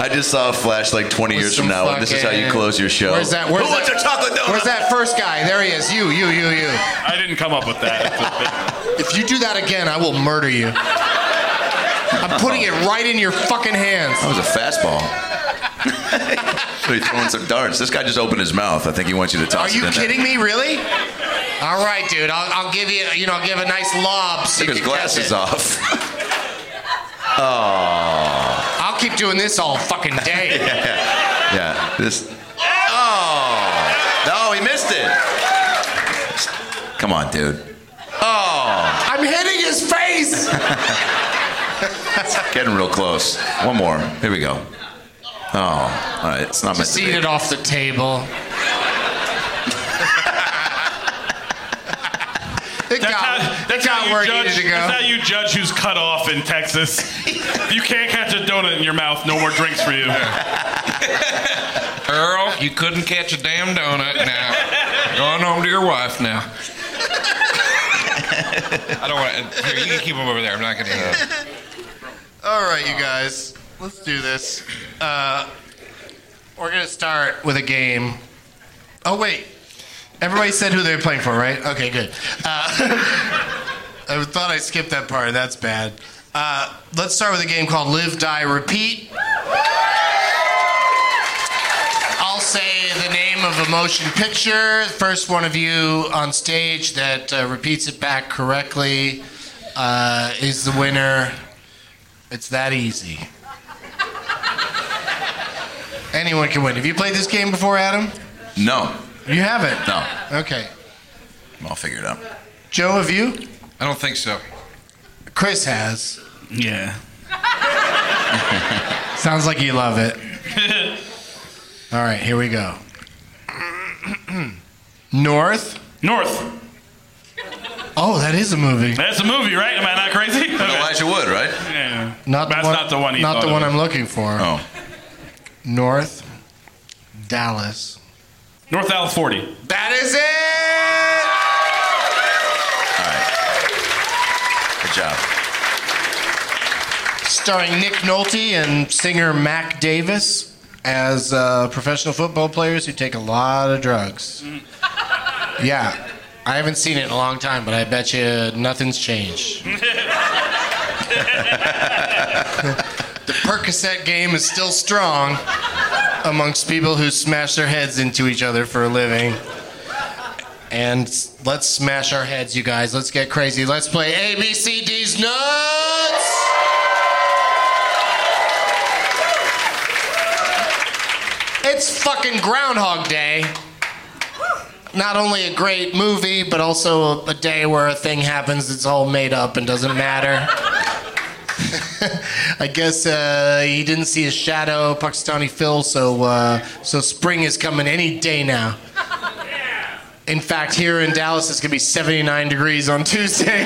C: I just saw a flash like 20
B: with
C: years
B: some
C: from now. This is how you
B: fucking-
C: close your show.
B: Where's that? Where's
C: Who
B: that?
C: wants a chocolate donut?
B: Where's that first guy? There he is. You, you, you, you.
E: I didn't come up with that.
B: If you do that again, I will murder you. I'm putting it right in your fucking hands.
C: That was a fastball. [laughs] so he's throwing some darts. This guy just opened his mouth. I think he wants you to
B: Are
C: toss
B: you
C: it in there.
B: kidding me? Really? All right, dude. I'll, I'll give you. You know, I'll give a nice lob. So
C: Took
B: you
C: his
B: can catch it.
C: glasses off. [laughs] oh.
B: I'll keep doing this all fucking day.
C: Yeah. yeah. This. Oh. No, he missed it. Come on, dude. Oh.
B: I'm hitting his face.
C: [laughs] Getting real close. One more. Here we go. Oh. All right. It's not
B: Just
C: meant to
B: eat it
C: be.
B: off the table. it got, it got where it
E: judge,
B: needed to
E: that's
B: go.
E: how you judge who's cut off in Texas. If you can't catch a donut in your mouth, no more drinks for you.
D: Earl, you couldn't catch a damn donut now. Going home to your wife now. I don't want to. Here, you can keep them over there. I'm not uh, going to eat them.
B: All right, you guys, let's do this. Uh, we're gonna start with a game. Oh wait, everybody said who they were playing for, right? Okay, good. Uh, [laughs] I thought I skipped that part. That's bad. Uh, let's start with a game called Live, Die, Repeat. I'll say the name of a motion picture. First one of you on stage that uh, repeats it back correctly uh, is the winner. It's that easy. Anyone can win. Have you played this game before, Adam?
C: No.
B: You haven't.
C: No.
B: Okay.
C: I'll figure it out.
B: Joe, have you?
D: I don't think so.
B: Chris has.
E: Yeah.
B: Sounds like you love
E: [laughs]
B: it. All right, here we go. [clears throat] North.
E: North.
B: Oh, that is a movie.
E: That's a movie, right? Am I not crazy?
C: Elijah Wood, right?
E: Yeah.
B: Not
E: That's
B: the one,
E: not the one. He
B: not
E: thought
B: the
E: of.
B: one I'm looking for.
C: Oh.
B: North. Dallas.
E: North Al 40.
B: That is it.
C: All right. Good job.
B: starring Nick Nolte and singer Mac Davis as uh, professional football players who take a lot of drugs. Yeah, I haven't seen it in a long time, but I bet you nothing's changed. the Percocet game is still strong amongst people who smash their heads into each other for a living. And let's smash our heads, you guys. Let's get crazy. Let's play ABCD's Nuts! It's fucking Groundhog Day. Not only a great movie, but also a, a day where a thing happens that's all made up and doesn't matter. [laughs] I guess uh, he didn't see his shadow, Pakistani Phil, so, uh, so spring is coming any day now. In [laughs] fact, here in Dallas, it's going to be 79 degrees on Tuesday.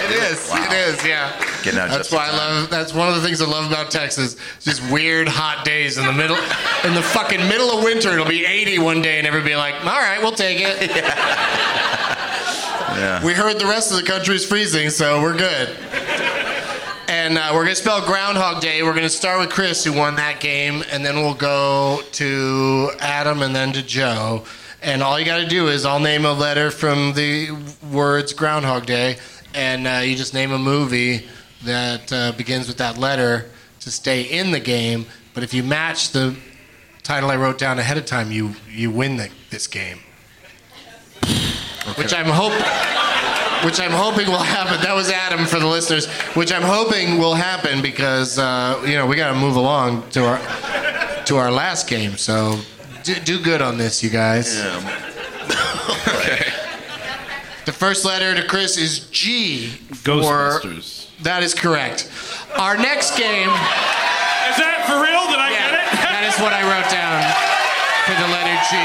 B: It
C: is. It
B: is. Yeah.
C: Getting out
B: That's
C: just in
B: why I love. That's one of the things I love about Texas. It's Just weird hot days in the middle, in the fucking middle of winter. It'll be 80 one day, and everybody like, all right, we'll take it.
C: [laughs] Yeah.
B: We heard the rest of the country's freezing, so we're good. And uh, we're gonna spell Groundhog Day. We're gonna start with Chris, who won that game, and then we'll go to Adam, and then to Joe. And all you gotta do is I'll name a letter from the words Groundhog Day, and uh, you just name a movie that uh, begins with that letter to stay in the game. But if you match the title I wrote down ahead of time, you you win the, this game. Which I'm hope which I'm hoping will happen. That was Adam for the listeners, which I'm hoping will happen because uh, you know we got to move along to our to our last game. So do, do good on this, you guys. The first letter to Chris is G. Ghostbusters. that is correct. Our next game. Is
E: that for real? Did I
B: get it? that is what I wrote down for the letter G.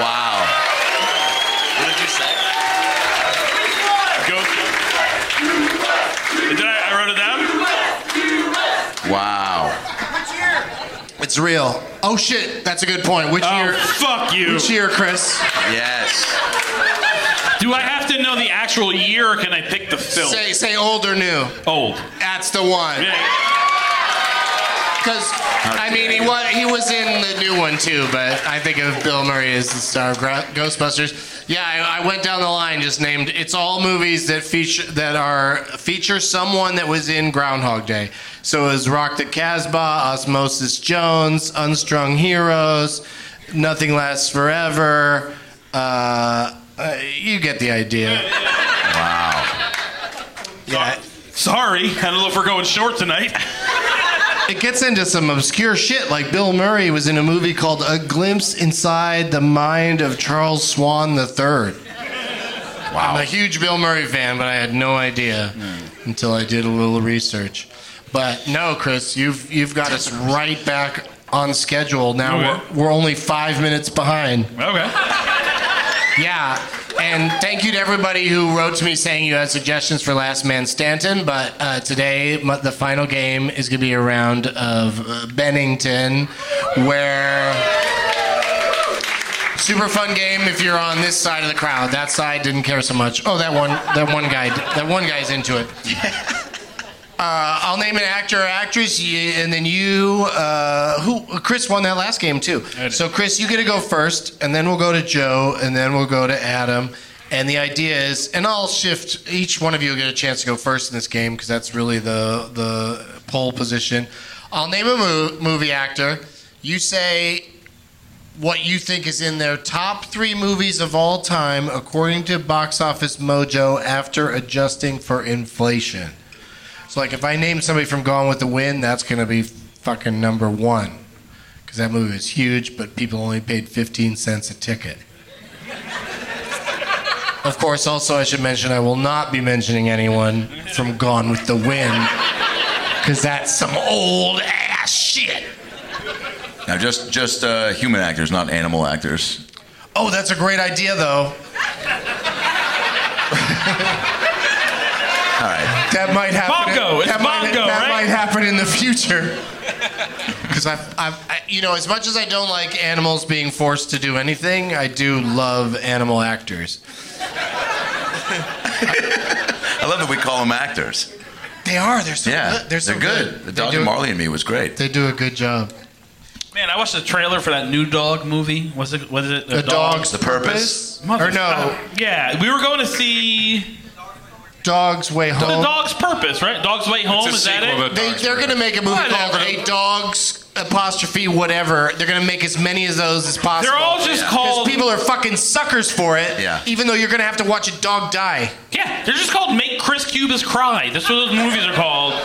C: Wow. What did you say?
E: Did I, I wrote it down?
C: Wow.
B: It's real. Oh shit, that's a good point. Which
E: Oh,
B: year?
E: Fuck you.
B: Which year, Chris?
C: Yes.
E: Do I have to know the actual year or can I pick the film?
B: Say, say old or new.
E: Old.
B: That's the one. Because I mean, he was he was in the new one too, but I think of Bill Murray as the star of Gra- Ghostbusters. Yeah, I, I went down the line, just named it's all movies that feature that are feature someone that was in Groundhog Day. So it was Rock the Casbah, Osmosis Jones, Unstrung Heroes, Nothing Lasts Forever. Uh, uh, you get the idea.
C: Wow.
B: Yeah.
E: Sorry, I don't know if we're going short tonight.
B: It gets into some obscure shit, like Bill Murray was in a movie called A Glimpse Inside the Mind of Charles Swan III. Wow. I'm a huge Bill Murray fan, but I had no idea until I did a little research. But no, Chris, you've you've got us right back on schedule. Now we're, we're only five minutes behind.
E: Okay.
B: Yeah. And thank you to everybody who wrote to me saying you had suggestions for Last Man Stanton. But uh, today, m- the final game is going to be a round of uh, Bennington, where. Super fun game if you're on this side of the crowd. That side didn't care so much. Oh, that one, that one guy, that one guy's into it. Uh, I'll name an actor or actress, y- and then you, uh, who Chris won that last game too. So Chris, you get to go first, and then we'll go to Joe, and then we'll go to Adam. And the idea is, and I'll shift. Each one of you will get a chance to go first in this game because that's really the the pole position. I'll name a mo- movie actor. You say what you think is in their top three movies of all time according to Box Office Mojo after adjusting for inflation. So, like, if I name somebody from Gone with the Wind, that's going to be fucking number one. Because that movie was huge, but people only paid 15 cents a ticket. of course, also, I should mention I will not be mentioning anyone from Gone with the Wind. Because that's some old ass shit.
C: Now, just just uh, human actors, not animal actors.
B: Oh, that's a great idea, [laughs] though.
C: All right.
B: That might happen.
C: Bongo, it's
B: that might,
C: bongo,
B: that
C: right?
B: might happen in the [laughs] future. Because I, I, you know, as much as I don't like animals being forced to do anything, I do love animal actors.
C: I love that we call them actors.
B: They are. They're so
C: yeah,
B: good. They're so
C: good. The Dog and Marley and Me was great.
B: They do a good job.
J: Man, I watched the trailer for that new dog movie. Was it? Was it
B: The Dog's The Purpose? Or no.
C: [laughs]
J: Uh, yeah, we were going to see
B: Dogs Way
J: the
B: Home.
J: Dog's Purpose, right? Dog's Way Home. Is that it?
B: They, they're going to make a movie called A Dog's apostrophe whatever. They're going to make as many of those as possible.
J: all just
B: 'Cause
J: called-
B: people are fucking suckers for it.
J: Yeah.
B: Even though you're going to have to watch a dog die.
J: Yeah, they're just called Make Chris Cubis Cry. That's what those movies are called.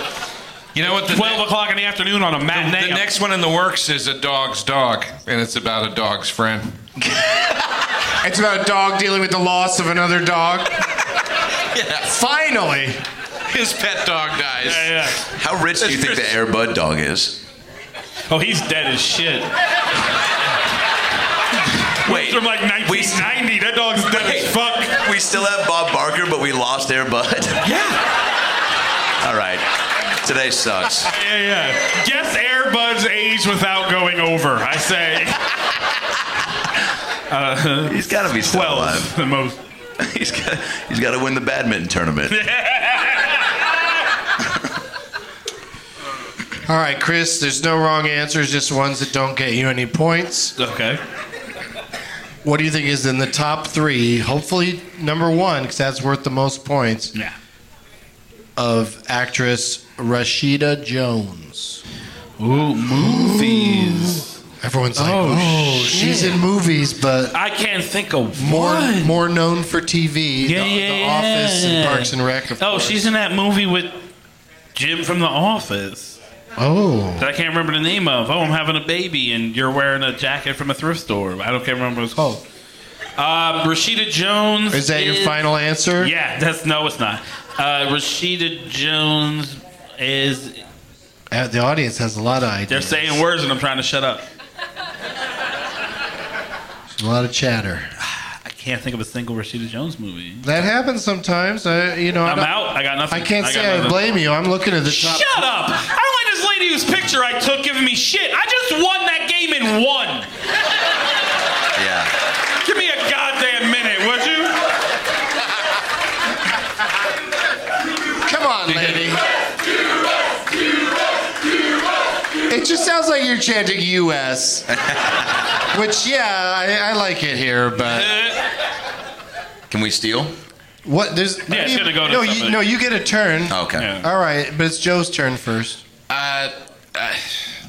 D: You know what? The
J: Twelve o'clock in the afternoon on a matinee.
D: The next one in the works is a dog's dog, and it's about a dog's friend. [laughs]
B: It's about a dog dealing with the loss of another dog. Finally.
D: His pet dog dies.
C: How rich do you think the Air Bud dog is?
J: Oh, he's dead as shit.
C: Wait,
E: from like 1990. That dog's dead as fuck.
C: We still have Bob Barker, but we lost Air Bud. Yeah. All right. Today sucks.
E: Yeah, yeah. Guess Air Bud's age without going over. I say.
J: [laughs]
E: Uh,
C: He's got to be still alive. [laughs]
E: The most.
C: he's got. He's got to win the
B: [laughs]
C: badminton tournament.
B: All right, Chris, there's no wrong answers, just ones that don't get you any points.
E: Okay.
B: What do you think is in the top three? Hopefully, number one, because that's worth the most points.
E: Yeah.
B: Of actress Rashida Jones.
J: Ooh, movies.
B: Everyone's like, oh, she's in movies, but
J: I can't think of
B: more
J: one.
B: more known for TV.
J: Yeah,
B: the,
J: yeah,
B: the Office and
J: yeah.
B: Parks and Rec. Of
J: oh,
B: course.
J: she's in that movie with Jim from The Office
B: Oh,
J: that I can't remember the name of. Oh, I'm having a baby, and you're wearing a jacket from a thrift store. I don't can't remember what it's called. Uh, Rashida Jones.
B: is that your final answer?
J: Yeah, that's no, it's not. Uh, Rashida Jones is.
B: Uh, The audience has a lot of ideas.
J: They're saying words, and I'm trying to shut up.
B: A lot of chatter.
J: I can't think of a single Rashida Jones movie.
B: That happens sometimes. I, you know, I
J: I'm
B: don't-
J: out. I got nothing.
B: I can't
J: I got
B: say I
J: nothing.
B: blame you. I'm looking at the top.
E: Shut up! I don't like this lady whose picture I took giving me shit. I just won that game and won.
C: Yeah.
E: Give me a goddamn minute, would you?
B: Come on,
J: [laughs]
B: lady. It just sounds like you're chanting U.S., [laughs] which yeah, I, I like it here, but
C: Can we steal?
B: what there's
E: Yeah, it's gonna go to
B: no, you,
E: somebody.
B: no, you get a turn.
D: Oh.
C: Okay.
B: All right, but it's Joe's turn first.
D: [laughs] Uh, uh,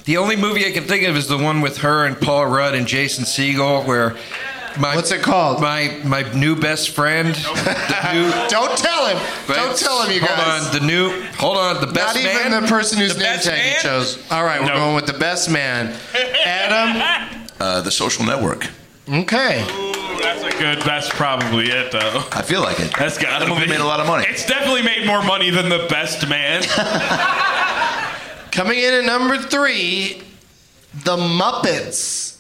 D: the only movie I can think of is the one with her and Paul Rudd and Jason Segel, where my
B: What's it called?
D: my my new best friend. the new-
B: [laughs] Don't tell him.
D: [laughs] but-
B: Don't tell him, you
D: hold
B: guys.
D: on, the new. Hold on, the best
B: Not even
D: man.
B: the person whose
D: The
B: name
D: best
B: tag you
D: man?
B: chose. All right, we're
E: No.
B: going with the best man,
E: [laughs]
B: Adam.
C: Uh, the social network.
B: Okay.
E: Ooh, that's a good. That's probably it, though.
C: I feel like it.
E: That's gotta
C: That movie
E: be.
C: made a lot of money.
E: It's definitely made more money than the
B: [laughs]
E: best man.
B: Coming in at number three, The Muppets.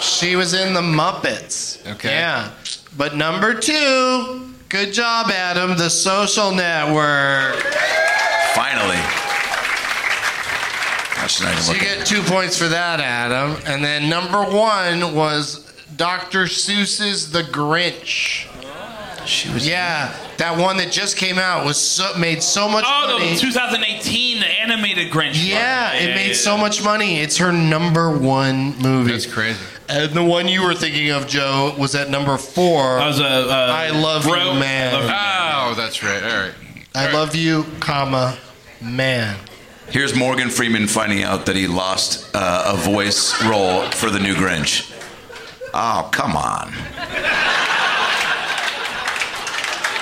B: She was in The Muppets.
D: Okay.
B: Yeah. But number two, good job, Adam, The Social Network.
C: Finally. That's not even
B: So you
C: looking.
B: get two points for that, Adam. And then number one was Dr. Seuss's The Grinch.
C: She was.
B: Yeah, that one that just came out was so, made so much
J: Oh,
B: money.
J: the 2018 animated Grinch.
B: yeah, it made
J: yeah,
B: so much money. It's her number one movie.
F: That's crazy.
B: And the one you were thinking of, Joe, was at number four.
J: I was a. Uh,
B: I love
J: bro-
B: you, man.
J: I love you.
F: Oh, that's right. All right.
B: I love you, comma, man.
C: Here's Morgan Freeman finding out that he lost uh, a voice role for the new Grinch. Oh, come on.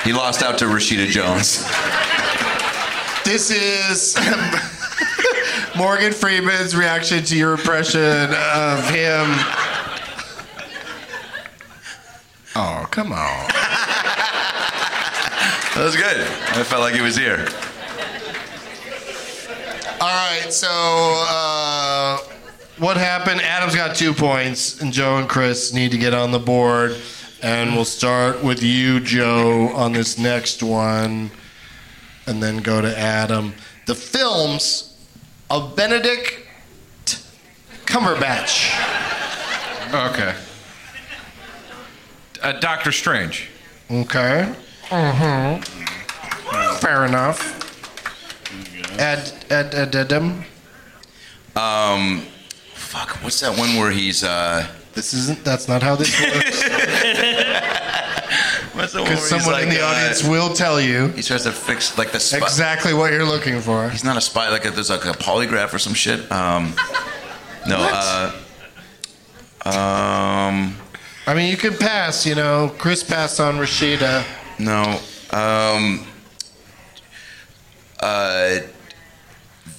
C: He lost out to Rashida Jones.
B: This is [laughs] Morgan Freeman's reaction to your impression of him. Oh, come on.
C: That was good. I felt like he was here.
B: All right, so uh, what happened? Adam's got two points, and Joe and Chris need to get on the board. And we'll start with you, Joe, on this next one, and then go to Adam. The films of Benedict Cumberbatch.
F: Okay.
D: Uh, Doctor Strange.
B: Okay. Mm-hmm. Fair enough. Ed, Ed, Ed, Ed, Ed.
C: Um, fuck, what's that one where he's. Uh,
B: This isn't. That's not how
C: [laughs]
B: this works.
C: what's the one
B: Because someone in
C: uh,
B: the audience will tell you.
C: He tries to fix, like, the spot.
B: Exactly what you're looking for.
C: He's not a spy. Like there's like a polygraph or some shit. Um, no. Uh, um,
B: I mean, you could pass, you know. Chris passed on Rashida.
C: no. Um, uh,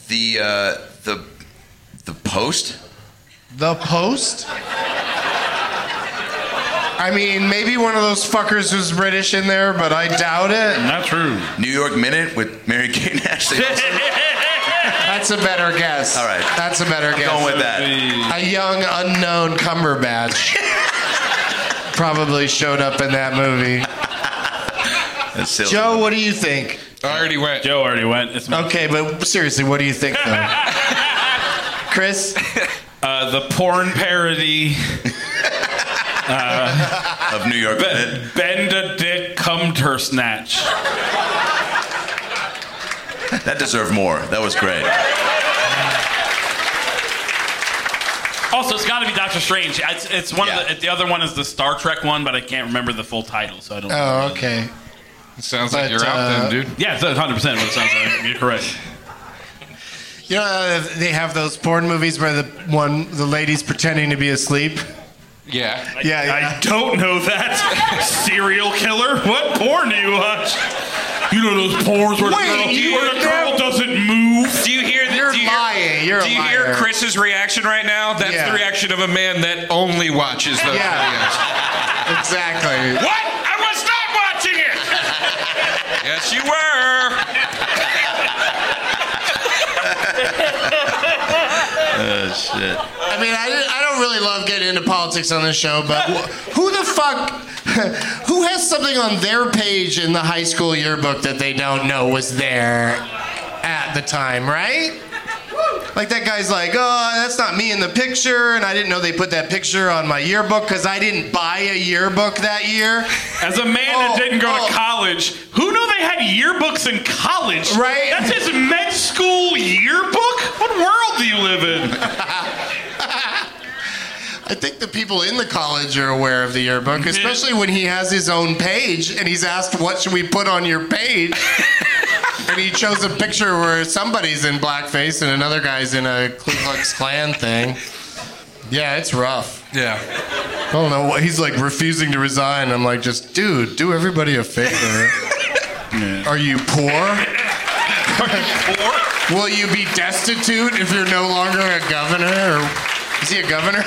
C: the uh, the the post.
B: The Post? I mean, maybe one of those fuckers was British in there, but I doubt it. [laughs]
E: Not true. [laughs]
C: New York Minute with Mary Kate and Ashley. Olsen.
B: That's a better guess.
C: All right.
B: That's a better guess.
C: Going with that.
B: [laughs] A young, unknown Cumberbatch. probably showed up in that movie. Joe, what do you think?
D: I already went.
E: Joe already went. It's
B: okay, but seriously, what do you think,
D: [laughs]
B: though? Chris?
E: Uh, the porn parody. uh,
C: of New York.
E: Be- bend a dick, come ter snatch.
C: That deserved more. That was great.
E: Also, it's got to be Doctor Strange. It's, it's one of the, the other one is the Star Trek one, but I can't remember the full title, so I don't.
B: Oh, okay.
D: It sounds
B: like But, you're out then, uh, dude.
E: Yeah, it's 100 percent what it sounds like. You're correct.
B: You know, uh, they have those porn movies where the one the lady's pretending to be asleep.
D: Yeah.
B: Yeah,
E: I don't know that serial killer. What porn do you watch? You know those porns where
D: Wait,
E: the girl,
D: you
E: where the
D: know-
E: girl doesn't move.
D: Do you hear that?
B: You're
D: do you
B: lying.
D: Hear,
B: You're a
D: do you
B: liar.
D: hear Chris's reaction right now? That's
B: Yeah.
D: the reaction of a man that only watches those
B: videos. Exactly.
D: What? I was not watching it. yes, you were.
C: Oh, shit.
B: I mean, I, didn't- I don't really love getting into politics on this show, but wh- who the fuck, [laughs] who has something on their page in the high school yearbook that they don't know was there at the time, right? Like that guy's like, oh, that's not me in the picture, and I didn't know they put that picture on my yearbook because I didn't buy a yearbook that year.
E: As a man that didn't go to college, who knew they had yearbooks in college?
B: Right.
E: That's his med school yearbook? What world do you live in?
B: I think the people in the college are aware of the yearbook, especially when he has his own page and he's asked, What should we put on your page? and he chose a picture where somebody's in blackface and another guy's in a Ku Klux Klan thing. Yeah, it's rough.
D: Yeah.
B: I don't know. what- He's like refusing to resign. I'm like, Just, dude, do everybody a favor. Are you poor? Will you be destitute if you're no longer a governor? Or is he a governor?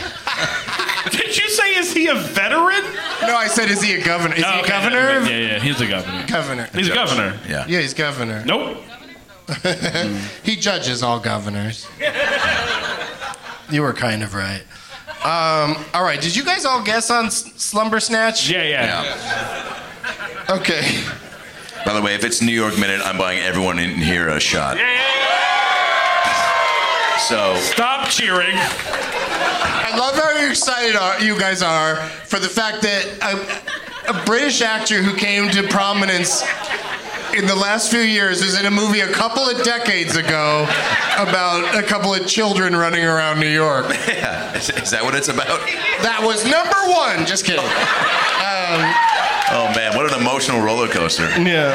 B: [laughs]
E: Did you say is he a veteran? Oh,
B: No, I said is he a governor? Is he a governor?
E: Yeah, yeah, he's a governor.
B: Governor.
E: He's a governor.
C: Yeah.
B: Yeah, he's governor.
E: Nope.
B: he judges all governors. you were kind of right. Um, all right, did you guys all guess on S- Slumber Snatch?
E: Yeah, yeah.
B: Okay.
C: By the way, if it's New York Minute, I'm buying everyone in here a shot. So,
E: Stop cheering.
B: I love how excited are, you guys are for the fact that a, a British actor who came to prominence in the last few years is in a movie a couple of decades ago about a couple of children running around New York.
C: yeah. Is, is that what it's about?
B: That was number one. Just kidding. Um,
C: [laughs] Oh, man. What an emotional roller [laughs] coaster.
B: yeah.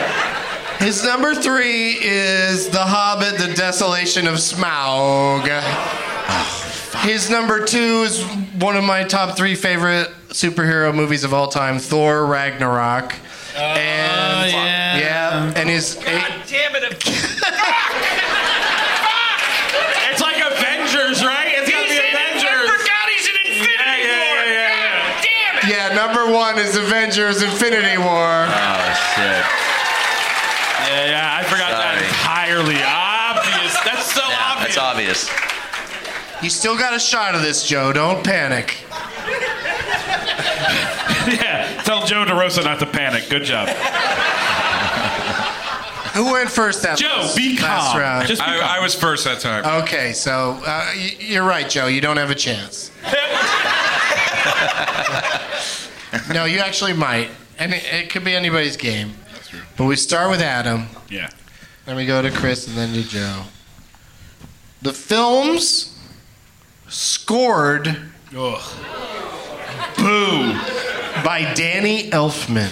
B: His number three is The Hobbit, The Desolation of Smaug. Oh, His number two is one of my top three favorite superhero movies of all time Thor Ragnarok. and Oh, yeah. and his
D: Damn it.
E: [laughs] It's like Avengers, right? It's gotta be Avengers.
D: forgot he's in Infinity
E: War. Yeah,
D: Damn
B: yeah number one is Avengers: Infinity War.
C: Oh, shit.
E: yeah, yeah. yeah, I forgot that entirely. Obvious. That's so obvious.
C: That's obvious.
B: You still got a shot of this, Joe. Don't panic.
E: yeah. Tell Joe DeRosa not to panic. Good job.
B: Who went first that
E: Joe,
B: last,
E: be
B: last
E: calm.
B: round?
E: Just be calm.
D: I, I was first that time.
B: Okay, so uh, y- you're right, Joe. You don't have a
E: [laughs]
B: chance. no, you actually might, and it, it could be anybody's game. But we start with Adam,
E: yeah.
B: then we go to Chris, and then to Joe. The films scored
E: Ugh.
B: boo by Danny Elfman.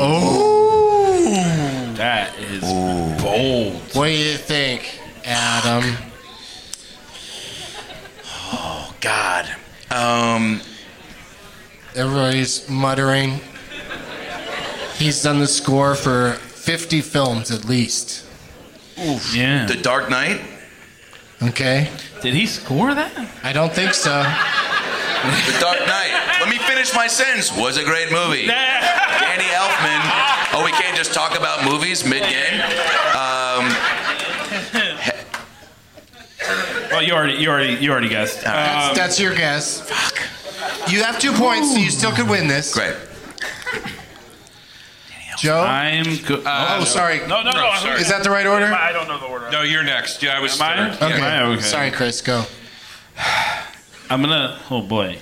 B: Oh,
E: That is bold. [laughs]
B: what do you think, Adam?
C: Oh, God. Um,
B: Everybody's muttering. He's done the score for 50 films at least.
E: Yeah.
C: The Dark Knight?
B: Okay?
E: Did he score that?
B: I don't think so.
C: The Dark Knight. Let me finish my sentence. Was a great [laughs] movie. Danny Elfman. Oh, we can't just talk about movies mid game. Um,
E: thought you already, you already, you already guessed.
B: That's,
E: Um,
B: that's your guess. Fuck. You have two points, so you still could win this. Great. Joe?
E: Uh, I'm good.
B: oh, sorry.
E: No, no, no.
B: Is that the right order?
E: I don't know the order.
D: No, Oh, you're next. Yeah, I was.
E: Am I?
D: third. Yeah.
E: Am I? Okay.
B: Sorry, Chris. Go.
E: I'm gonna. Oh boy.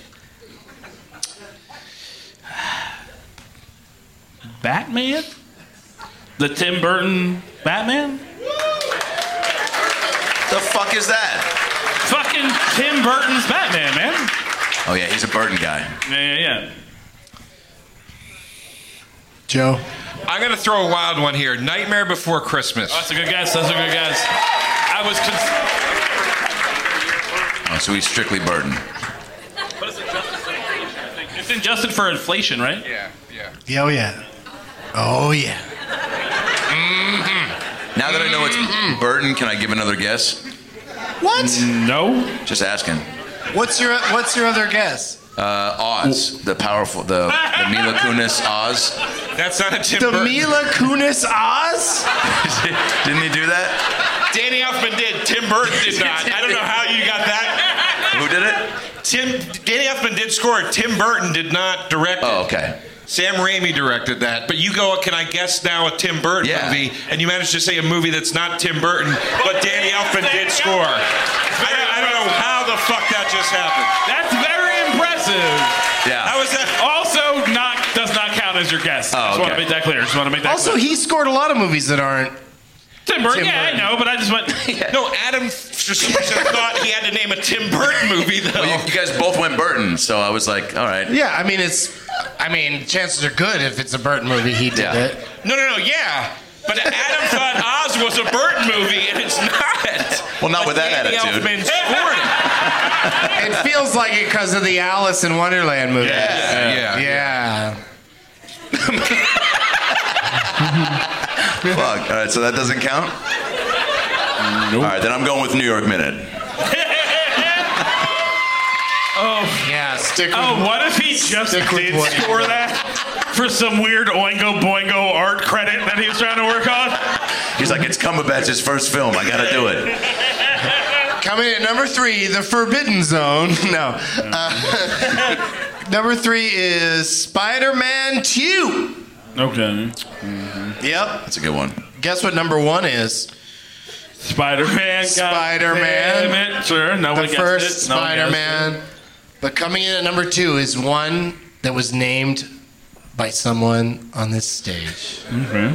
E: Batman. The Tim Burton Batman.
C: The fuck is that?
E: Fucking Tim Burton's Batman, man.
C: Oh yeah, he's a Burton guy.
E: Yeah, yeah, yeah.
B: Joe.
D: I'm gonna throw a wild one here. Nightmare Before Christmas.
E: That's a good guess. That's a good guess. I was. Cons-
C: Oh, so he's strictly Burton.
E: it's adjusted for inflation, right?
D: Yeah, yeah.
B: Yeah, oh, yeah. Oh, yeah.
C: Now that I know it's Burton, can I give another guess?
B: What?
E: No.
C: Just asking.
B: What's your What's your other guess?
C: Uh, Oz, the powerful, the, the Mila Kunis Oz.
D: That's not a Tim
B: The
D: Burton.
B: Mila Kunis Oz?
C: Didn't he do that?
D: Danny Elfman did. Tim Burton did not. I don't know how you got that.
C: Who did it?
D: Tim Danny Elfman did score. it. Tim Burton did not direct it.
C: Oh, okay.
D: Sam Raimi directed that. But you go, can I guess now a Tim Burton
C: Yeah.
D: movie? And you managed to say a movie that's not Tim Burton, but Danny Elfman did score. I don't, I don't know how the fuck that just happened.
E: That's very impressive.
C: Yeah.
D: How was that?
E: Also, not does not count as your guess.
C: Oh,
E: I just want to
C: okay.
E: make that clear. Just want to make that
B: Also,
E: clear.
B: he scored a lot of movies that aren't.
E: Tim Burton.
B: Tim
E: yeah,
B: Burton.
E: I know, but I just [laughs] went.
D: No, Adam for some reason thought he had to name a Tim Burton movie though.
C: Well, you, you guys both went Burton, so I was like, all right.
B: Yeah, I mean, it's. I mean, chances are good if it's a Burton movie, he did
C: Yeah.
B: it.
D: No, no, no, yeah. But Adam thought Oz was a Burton movie, and it's not.
C: Well, not with that
D: Danny
C: attitude.
D: Elfman scored it.
B: It feels like it because of the Alice in Wonderland movie.
D: Yeah.
B: Yeah.
C: [laughs] Fuck. All right, so that doesn't count? All right, then I'm going with New York Minute.
B: Yeah, stick with
E: Oh, what if he just
B: Stick with
E: did
B: what-
E: score that for some weird Oingo Boingo art credit that he was trying to work on?
C: He's like, it's Cumberbatch's first film. I gotta do it.
B: Coming in at number three, The Forbidden Zone. [laughs] No. Uh, [laughs] number three is Spider Man 2.
E: Okay.
B: Yep.
C: That's a good one.
B: Guess what number one is?
E: Spider Man.
B: Spider-Man.
E: Sure. No one
B: The
E: guessed
B: first
E: it. No one
B: Spider
E: guessed
B: Man. But coming in at number two is one that was named by someone on this stage.
E: it. Okay.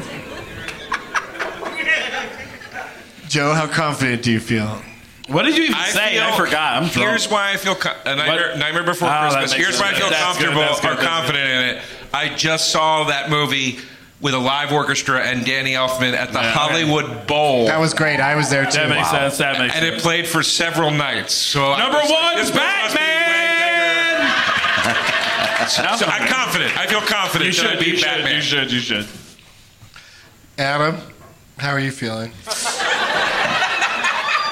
B: Joe, how confident do you feel?
E: What did you even say? I
D: feel-
E: forgot. I'm drunk.
D: Here's why I feel co- a nightmare,
E: What?
D: Nightmare Before
E: Oh, that
D: Christmas.
E: makes
D: Here's why I
E: sense.
D: feel
E: That's good,
D: comfortable
E: that's good,
D: or
E: that's good.
D: confident in it. I just saw that movie with a live orchestra and Danny Elfman at the
E: Yeah.
D: Hollywood Bowl.
B: That was great. I was there too.
E: that makes sense. That makes
D: and
E: sense.
D: it played for several nights. So I
E: Number
D: was like,
E: one,
D: this movie must be way
E: Batman.
D: bigger. So [laughs] I'm confident. I feel confident.
E: You
D: that I
E: should.
D: beat
E: You should.
D: Batman.
E: You should. You should.
B: Adam, how are you feeling?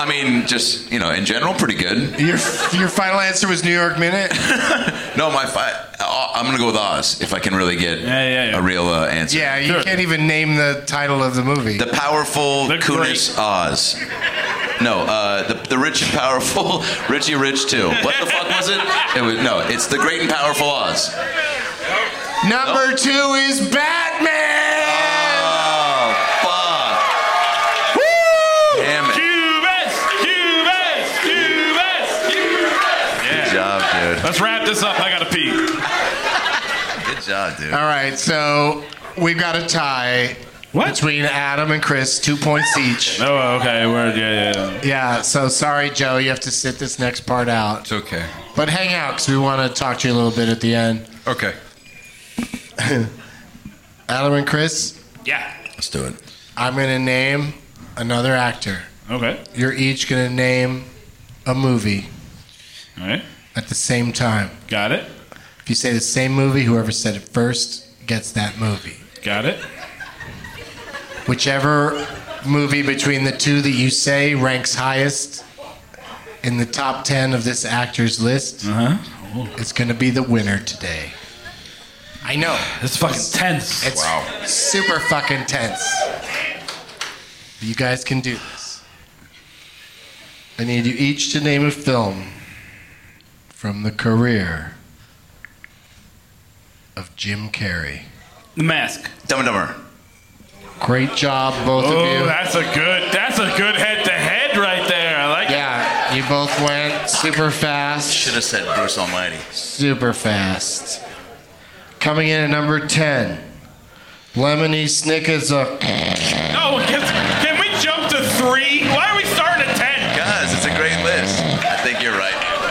C: I mean, just, you know, in general, pretty good.
B: Your your final answer was New York Minute.
C: [laughs] No, my, fi- uh, I'm gonna go with Oz if I can really get
E: Yeah, yeah, yeah.
C: a real uh, answer.
B: Yeah, you can't even name the title of the movie.
C: The powerful
E: The
C: Kunis Oz. No, uh, the, the rich and powerful [laughs] Richie Rich too. What the fuck was it? It was no. It's the great and powerful Oz.
E: Oh.
B: Number two is Batman.
C: Oh fuck! Damn it!
E: Cubes. Cubes. Cubes. Cubes.
C: Good job, dude.
E: Let's wrap this up. I gotta pee.
C: Good job,
E: Oh.
C: dude.
B: All right, so we've got a tie
E: What?
B: between Adam and Chris, two points each.
E: Oh, okay. Word. Yeah, yeah. yeah.
B: Yeah, so sorry, Joe, you have to sit this next part out.
D: It's okay.
B: But hang out because we want to talk to you a little bit at the end.
D: Okay.
B: Adam and Chris,
C: Let's do it.
B: I'm going to name another actor.
E: Okay.
B: You're each going to name a movie
E: All right.
B: at the same time.
E: Got it.
B: If you say the same movie, whoever said it first gets that movie.
E: Got it.
B: Whichever movie between the two that you say ranks highest in the top 10 of this actor's list
E: Uh-huh.
B: is going to be the winner today. I know.
E: It's fucking tense.
B: It's super fucking tense. You guys can do this. I need you each to name a film from the career of Jim Carrey.
J: The Mask.
C: Dumb and Dumber.
B: Great job, both
J: oh,
B: of you.
J: that's a good. That's a good head to head right there. I like.
B: Yeah, you both went super fast.
C: Should have said Bruce Almighty.
B: Super fast. Coming in at number 10, Lemony Snicket's a.
E: No, can, can we jump to three? Why are we starting at ten?
C: Guys, it's a great list. I think you're right. Aaron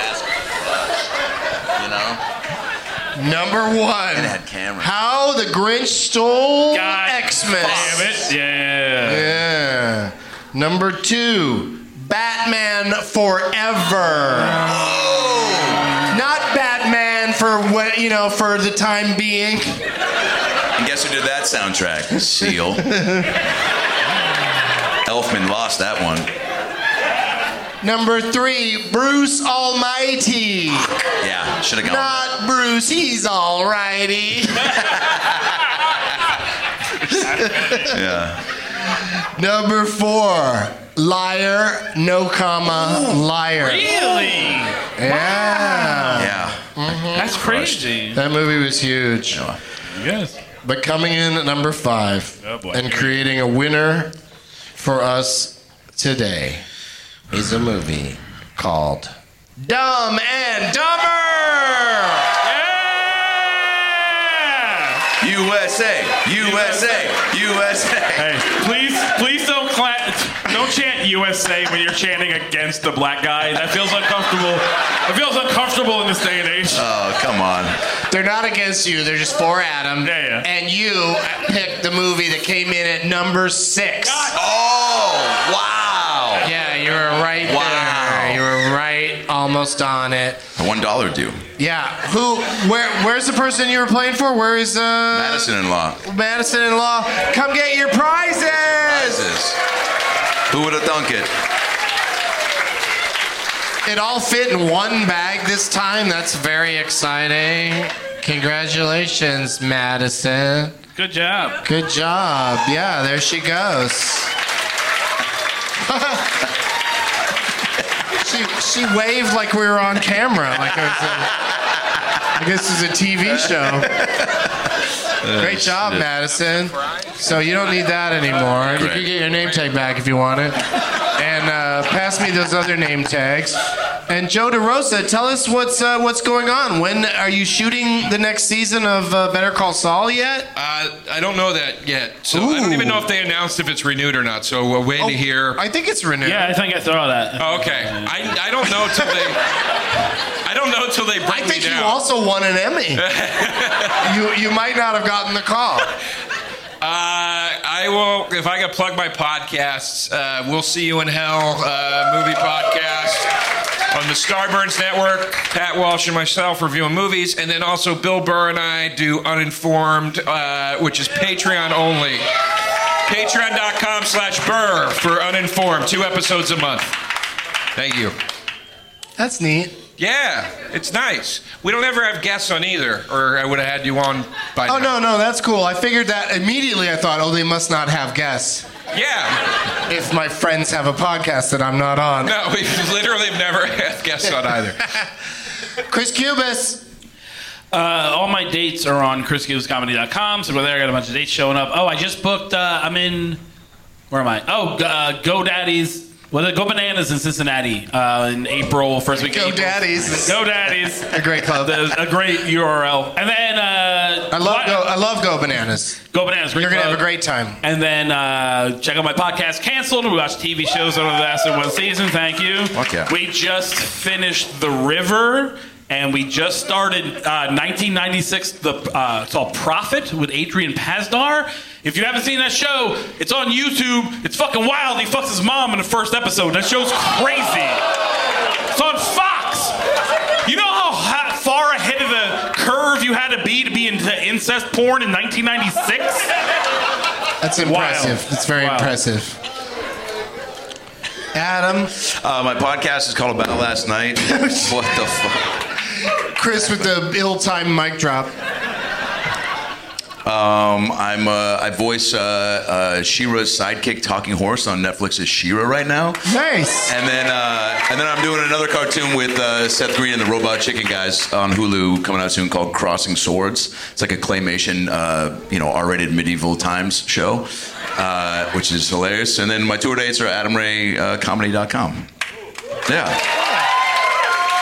C: Mask. You know?
B: Number one.
C: It had cameras.
B: How the Grinch Stole Xmas.
E: Damn it. Yeah.
B: Yeah. Number two, Batman Forever.
C: Oh!
B: Not Batman for what you know for the time being.
C: And guess who did that soundtrack? Seal. Elfman lost that one.
B: Number three, Bruce Almighty.
C: Yeah, should have gone.
B: Not Bruce, he's alrighty.
C: Yeah.
B: Number four, liar, no comma, liar.
J: Really?
B: Yeah.
C: Yeah.
J: That's crazy.
B: That movie was huge.
J: Yes.
B: But coming in at number five
J: Oh, boy.
B: and creating a winner for us today is a movie called Dumb and Dumber.
E: Yeah.
C: USA, USA, USA.
E: Hey, please, please don't cla- don't chant USA when you're chanting against a black guy. That feels uncomfortable. It feels uncomfortable in this day and age.
C: Oh, come on.
B: They're not against you, they're just for Adam.
E: Yeah, yeah.
B: And you picked the movie that came in at number six.
C: Oh, wow.
B: Yeah, you were right
C: Wow.
B: there. You were right almost on it.
C: One dollar due.
B: Yeah. Who where where's the person you were playing for? Where is uh
C: Madison and Law.
B: Madison in law. Come get your prizes.
C: Prizes. Who would have thunk it?
B: It all fit in one bag this time. That's very exciting. Congratulations, Madison.
J: Good job.
B: Good job. Yeah, there she goes. [laughs] she she waved like we were on camera. Like it was a, like this is a TV show. Great job, Madison. So you don't need that anymore. You can
C: Great.
B: get your name tag back if you want it. And uh, pass me those other name tags. And Joe DeRosa, tell us what's uh, what's going on. When are you shooting the next season of uh, Better Call Saul yet?
D: Uh, I don't know that yet. So I don't even know if they announced if it's renewed or not. So we're waiting to hear.
B: Oh, I think it's renewed.
J: Yeah, I think I saw that.
D: Oh, okay. I, I don't know till they. I don't know till they bring
B: I think
D: me
B: you
D: down.
B: also won an
D: [laughs]
B: Emmy. you you might not have gotten the call.
D: uh, I will if I can plug my podcasts. Uh, we'll see you in hell uh, movie podcast on the Starburns Network. Pat Walsh and myself reviewing movies, and then also Bill Burr and I do Uninformed, uh, which is Patreon only. Patreon.com slash Burr for Uninformed. Two episodes a month. Thank you.
B: That's neat.
D: Yeah, it's nice. We don't ever have guests on either, or I would have had you on by
B: Oh
D: now.
B: no no that's cool. I figured that immediately. I thought oh they must not have guests
D: Yeah.
B: if my friends have a podcast that I'm not on.
D: No, [laughs] we literally have never [laughs] had guests on either.
B: Chris Cubis.
J: Uh, all my dates are on chrisgivescomedy.com. So we're there. I got a bunch of dates showing up. Oh, I just booked. Uh, I'm in. Where am I? Oh, uh, GoDaddy's. Well, the Go Bananas in Cincinnati uh, in April, first week. of April.
B: GoDaddy's.
J: GoDaddy's.
B: A great club.
J: There's a great URL. And then uh,
B: I love
J: Why-
B: go I love go bananas.
J: Go Bananas.
B: You're gonna
J: club.
B: have a great time.
J: And then uh, check out my podcast, Canceled. We watch TV shows over the last one season. Thank you.
C: Fuck yeah.
J: We just finished The River. And we just started uh, 1996. The uh, it's called Profit with Adrian Pasdar. If you haven't seen that show, it's on YouTube. It's fucking wild. He fucks his mom in the first episode. That show's crazy. It's on Fox. You know how ha- far ahead of the curve you had to be to be into incest porn in 1996?
B: That's impressive. It's very
J: Wow.
B: impressive. Adam,
C: Uh, my podcast is called About Last Night. what the fuck?
B: Chris with the ill-timed mic drop.
C: Um, I'm uh, I voice uh, uh, Shira's sidekick, Talking Horse, on Netflix's Shira right now.
B: Nice.
C: And then uh, and then I'm doing another cartoon with uh, Seth Green and the Robot Chicken guys on Hulu coming out soon called Crossing Swords. It's like a claymation, uh, you know, R-rated medieval times show, uh, which is hilarious. And then my tour dates are uh, at AdamRayComedy.com. yeah.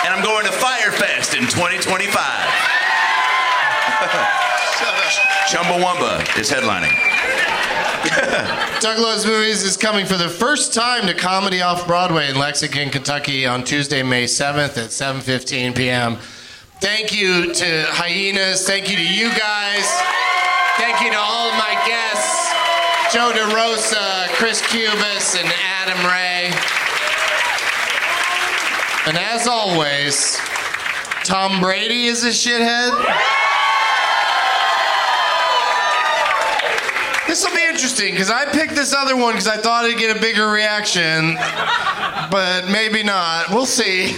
C: And I'm going to Firefest in 2025. [laughs] Chumbawamba is headlining.
B: Doug Loves Movies is coming for the first time to Comedy Off Broadway in Lexington, Kentucky on Tuesday, May 7th at 7:15 p.m. Thank you to Hyenas. Thank you to you guys. Thank you to all of my guests: Joe DeRosa, Chris Cubis, and Adam Ray. And as always, Tom Brady is a shithead. This will be interesting because I picked this other one because I thought it'd get a bigger reaction, but maybe not. We'll see.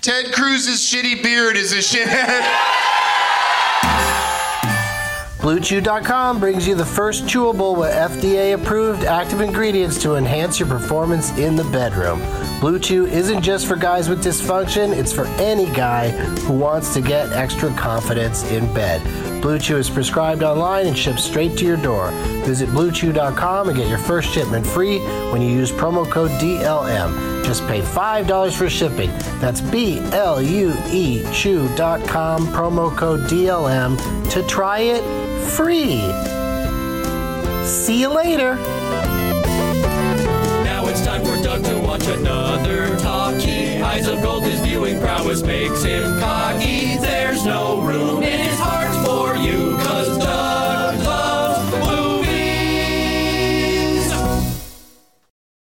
B: Ted Cruz's shitty beard is a [laughs] shithead.
G: BlueChew.com brings you the first chewable with FDA approved active ingredients to enhance your performance in the bedroom. Blue Chew isn't just for guys with dysfunction, it's for any guy who wants to get extra confidence in bed. Blue Chew is prescribed online and shipped straight to your door. Visit BlueChew.com and get your first shipment free when you use promo code DLM. Just pay $5 for shipping. That's B L U E Chew.com, promo code DLM to try it free. See you later.
K: Now it's time for Doug to watch another talkie. Eyes of gold, his viewing prowess makes him cocky. There's no room in